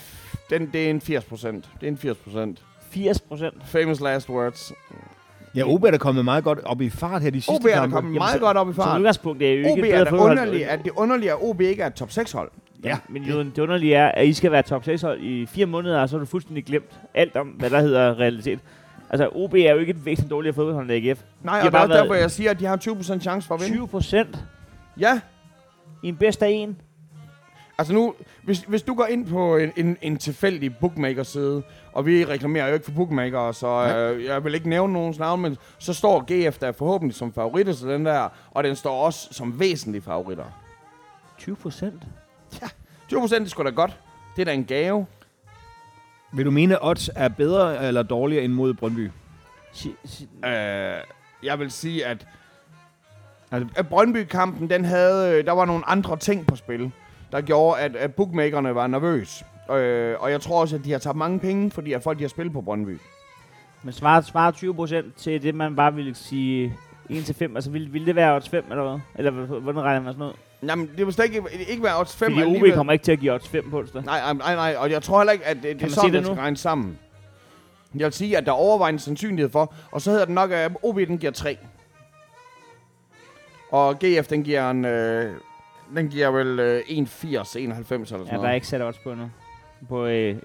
den, det er en 80 procent. Det er en 80 procent. 80 procent. Famous last words. Ja, OB er der kommet meget godt op i fart her de sidste OB er der kampe. kommet Jamen, meget så- godt op i Som fart. udgangspunkt det er jo ikke OB et er bedre da fodbold. underligt, at det underlige er, at OB ikke er et top 6 hold. Ja. Men Juden, det underlige er, at I skal være top 6 hold i fire måneder, og så har du fuldstændig glemt alt om, hvad der hedder realitet. Altså, OB er jo ikke et væsentligt dårligere fodboldhold end AGF. Nej, har og det er bare også været- derfor, jeg siger, at de har 20% chance for at vinde. 20 procent Ja, i en bedst af en. altså nu, hvis, hvis du går ind på en, en, en tilfældig bookmaker-side, og vi reklamerer jo ikke for bookmakere, så øh, jeg vil ikke nævne nogens navn, men så står GF der forhåbentlig som favoritter til den der, og den står også som væsentlige favoritter. 20 procent? 20% det er sgu da godt. Det er da en gave. Vil du mene, at odds er bedre eller dårligere end mod Brøndby? Øh, jeg vil sige, at, Altså- at Brøndby-kampen, den havde, øh, der var nogle andre ting på spil, der gjorde, at, at bookmakerne var nervøse. Øh, og jeg tror også, at de har tabt mange penge, fordi at folk de har spillet på Brøndby. Men svarer, svarer 20 procent til det, man bare ville sige 1 til 5? Altså, ville, ville det være odds 5 eller hvad? Eller h- hvordan regner man sådan noget? Jamen, det vil slet ikke, ikke være odds 5 Fordi OB kommer ikke til at give odds 5 på onsdag. Nej, nej, nej, nej, og jeg tror heller ikke, at det, det er man sådan, sige det det skal nu? regne sammen. Jeg vil sige, at der er overvejende sandsynlighed for, og så hedder den nok, at OB den giver 3. Og GF, den giver en... Øh, den giver vel øh, 1,80, 91 eller sådan Ja, der noget. er ikke sat odds på endnu. På, øh,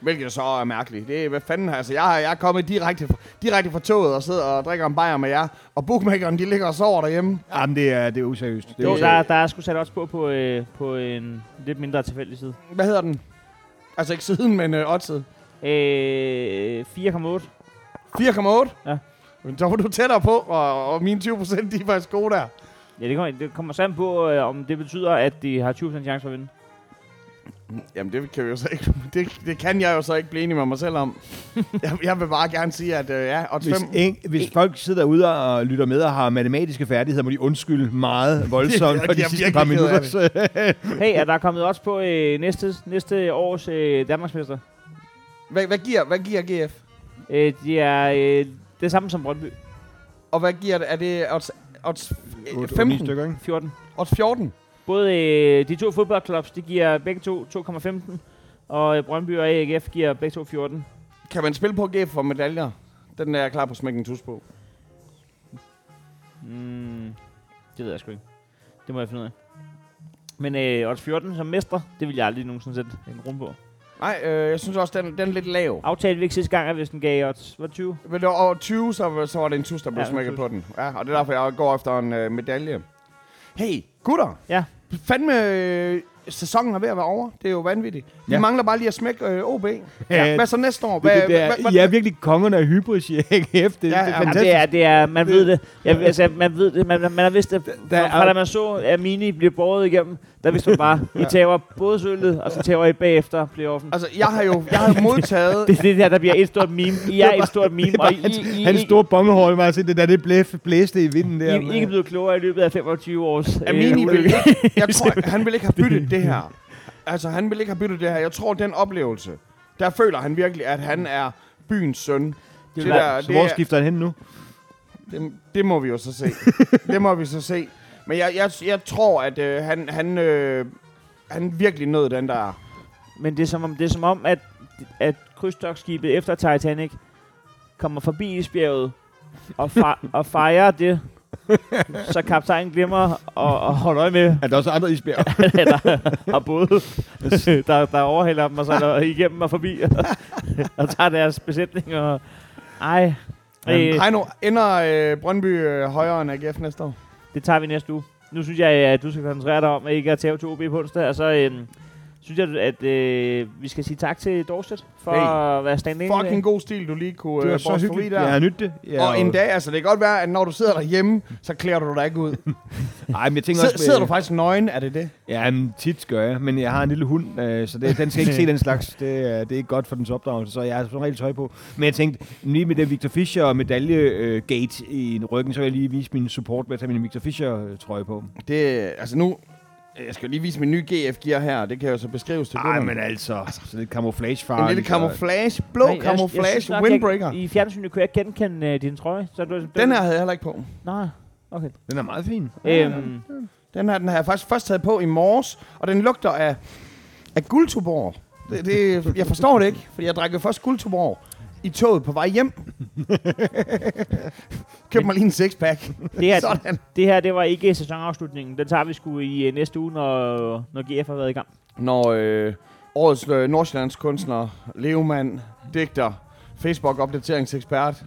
Hvilket så er mærkeligt. Det er, hvad fanden har altså, jeg, har- jeg er kommet direkte, fra- direkte fra toget og sidder og drikker en bajer med jer. Og bookmakeren, de ligger og sover derhjemme. Jamen, det er, det er useriøst. Det er Jo, useriøst. der, er- der er sgu sat også på på, øh, på en lidt mindre tilfældig side. Hvad hedder den? Altså ikke siden, men øh, oddset. Øh, 4,8. 4,8? Ja. Men så var du tættere på, og, og mine 20 procent, de er faktisk gode der. Ja, det kommer, det kommer sammen på, øh, om det betyder, at de har 20% chance for at vinde. Jamen, det kan, vi jo så ikke, det, det kan jeg jo så ikke blive enig med mig selv om. jeg, jeg vil bare gerne sige, at øh, ja, odds 5... Hvis, en, hvis folk sidder derude og lytter med og har matematiske færdigheder, må de undskylde meget voldsomt Ja, for de jeg er sidste virkelig par ked af minutter. det. Hey, er der kommet også på øh, næste, næste års øh, Danmarksmester? Hvad, hvad, giver, hvad giver GF? Øh, de er øh, det samme som Brøndby. Og hvad giver det? Er det odds, odds øh, 15 15? stykker, ikke? 14. Odds 14? Både øh, de to fodboldklubs, de giver begge to 2,15. Og øh, Brøndby og AGF giver begge to 14. Kan man spille på GF for medaljer? Den er jeg klar på at smække en tus på. Mm, det ved jeg sgu ikke. Det må jeg finde ud af. Men øh, odds 14 som mester, det vil jeg aldrig nogensinde sætte en rum på. Nej, øh, jeg synes også, den, den er lidt lav. Aftalte vi ikke sidste gang, at hvis den gav odds, var 20? Men det var over 20, så, så var det en tus, der blev Ja, ja, en smækket tus. på den. Ja, og det er derfor, jeg går efter en øh, medalje. Hey, gutter! Ja. Fandme, øh, sæsonen er ved at være over. Det er jo vanvittigt. Vi Ja. mangler bare lige at smække øh, OB. Ja. Hvad så næste år? Det, Hvad, det, det er, hvad, I er virkelig kongerne af hybris i AGF. Det, ja, det ja, er men Jamen, fantastisk. det er, det er, man ved det. Jeg, altså, man ved det, man, man har vidst det. der Der, er- fra da man så, at Mini blev båret igennem, der vidste man bare, I tager både sølvet, og så tager I bagefter playoffen. Altså, jeg har jo jeg har jo modtaget... Det er det der, der bliver et stort meme. I er et stort meme, og I, I, I, Hans store bongehøj var sådan, det der, det blæf, blæste i vinden der. I, I, I er ikke blevet klogere i løbet af 25 års... øh, Amini ulykke. vil ikke, jeg tror, han vil ikke have byttet det her. Altså, han vil ikke have byttet det her. Jeg tror, den oplevelse, der føler han virkelig, at han er byens søn. Det, være- der, Så hvor det, er- skifter han hen nu? det, det må vi jo så se. det må vi så se. Men jeg, jeg, jeg tror, at øh, han, han, øh, han virkelig nød den der... Men det er som om, det er som om at, at krydstogsskibet efter Titanic kommer forbi isbjerget og, fa- og fejrer det, så kaptajnen glemmer og, og holder øje med, Er der også andre isbjerg? Ja, der har både, der, der overhælder dem, og så er der igennem og forbi, og, og tager deres besætning, og ej, øh, Hej nu, ender øh, Brøndby øh, højere end AGF næste år? det tager vi næste uge. Nu synes jeg, at du skal koncentrere dig om, at ikke at tage to OB på onsdag, og så øh, synes jeg, at øh, vi skal sige tak til Dorset for Hey. at være stand in Fucking god stil, du lige kunne Det var øh, så borste forbi hyggeligt. der. Jeg har nyt det. Ja, Og en dag, altså det kan godt være, at når du sidder derhjemme, så klæder du dig ikke ud. Ej, men jeg tænker Sidder, også... sidder du faktisk nøgen, er det det? Ja, men tit gør jeg, men jeg har en lille hund, øh, så det, den skal ikke se den slags. Det, er- det er ikke godt for dens opdragelse, så jeg har som regel tøj på. Men jeg tænkte, lige med den Victor Fischer medalje-gate i ryggen, så vil jeg lige vise min support med at tage min Victor Fischer-trøje på. Det, altså nu, jeg skal lige vise min nye GF-gear her, det kan jo så beskrives til Ej, men altså, sådan lidt camouflage En lille camouflage, blå Nej, jeg- jeg camouflage, synes nok, windbreaker. Jeg, I fjernsynet kunne jeg ikke genkende øh, din trøje. Så du, den her Ah. havde jeg heller ikke på. Nej, okay. Den er meget fin. Øhm, Den her, den har jeg faktisk først taget på i morges, og den lugter af, af guldtuborg. Det, det, jeg forstår det ikke, for jeg drak jo først guldtuborg i toget på vej hjem. Køb mig lige en sixpack. det, her, Sådan. det her, det var ikke sæsonafslutningen. Den tager vi sgu i øh, næste uge, når, når GF har været i gang. Når øh, årets øh, Nordsjællands kunstner, levemand, digter, Facebook-opdateringsekspert,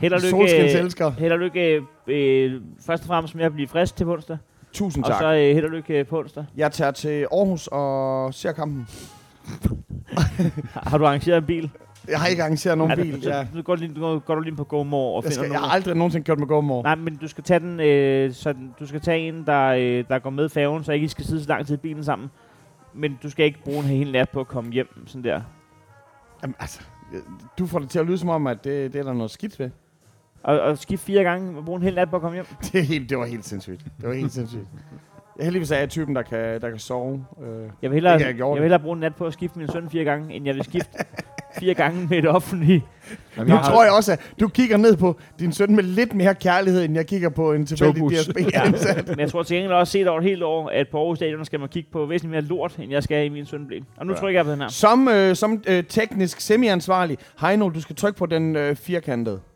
Held og Solskins lykke, øh, elsker. held og lykke øh, først og fremmest med at blive frisk til på onsdag. Tusind Og Mm, tak. så øh, held og lykke på onsdag. Jeg tager til Aarhus og ser kampen. Har har du arrangeret en bil? Jeg har ikke arrangeret nogen Er det- bil. så- Jeg, Nu går du lige, nu går, går du lige på GoMore og jeg, finder skal, jeg har noget. aldrig nogensinde kørt med gummor. Nej, men du skal tage den, øh, sådan, du skal tage en, der, øh, der går med færgen, så ikke I skal sidde så lang tid i bilen sammen. Men du skal ikke bruge en hel nat på at komme hjem, sådan der. Jamen, altså, du får det til at lyde som om, at det, det er der noget skidt ved. Og, og skifte fire gange og bruge en hel nat på at komme hjem. Det, er helt, det var helt sindssygt. Det var helt sindssygt. Jeg heldigvis er jeg typen, der kan, der kan sove. Øh, Jeg vil hellere, Det kan jeg jeg, ikke ordne. vil hellere bruge en nat på at skifte min søn fire gange, end jeg vil skifte fire gange med et offentligt. Jamen, nu jeg tror jeg også, at du kigger ned på din søn med lidt mere kærlighed, end jeg kigger på en tilfældig Togbus. DSB-ansat. Men jeg tror til gengæld også set over et helt år, at på Aarhus Stadion skal man kigge på væsentligt mere lort, end jeg skal i min søndag. Og nu ja. trykker jeg på den her. Som, øh, som øh, teknisk semiansvarlig, Heino, du skal trykke på den øh, firkantede.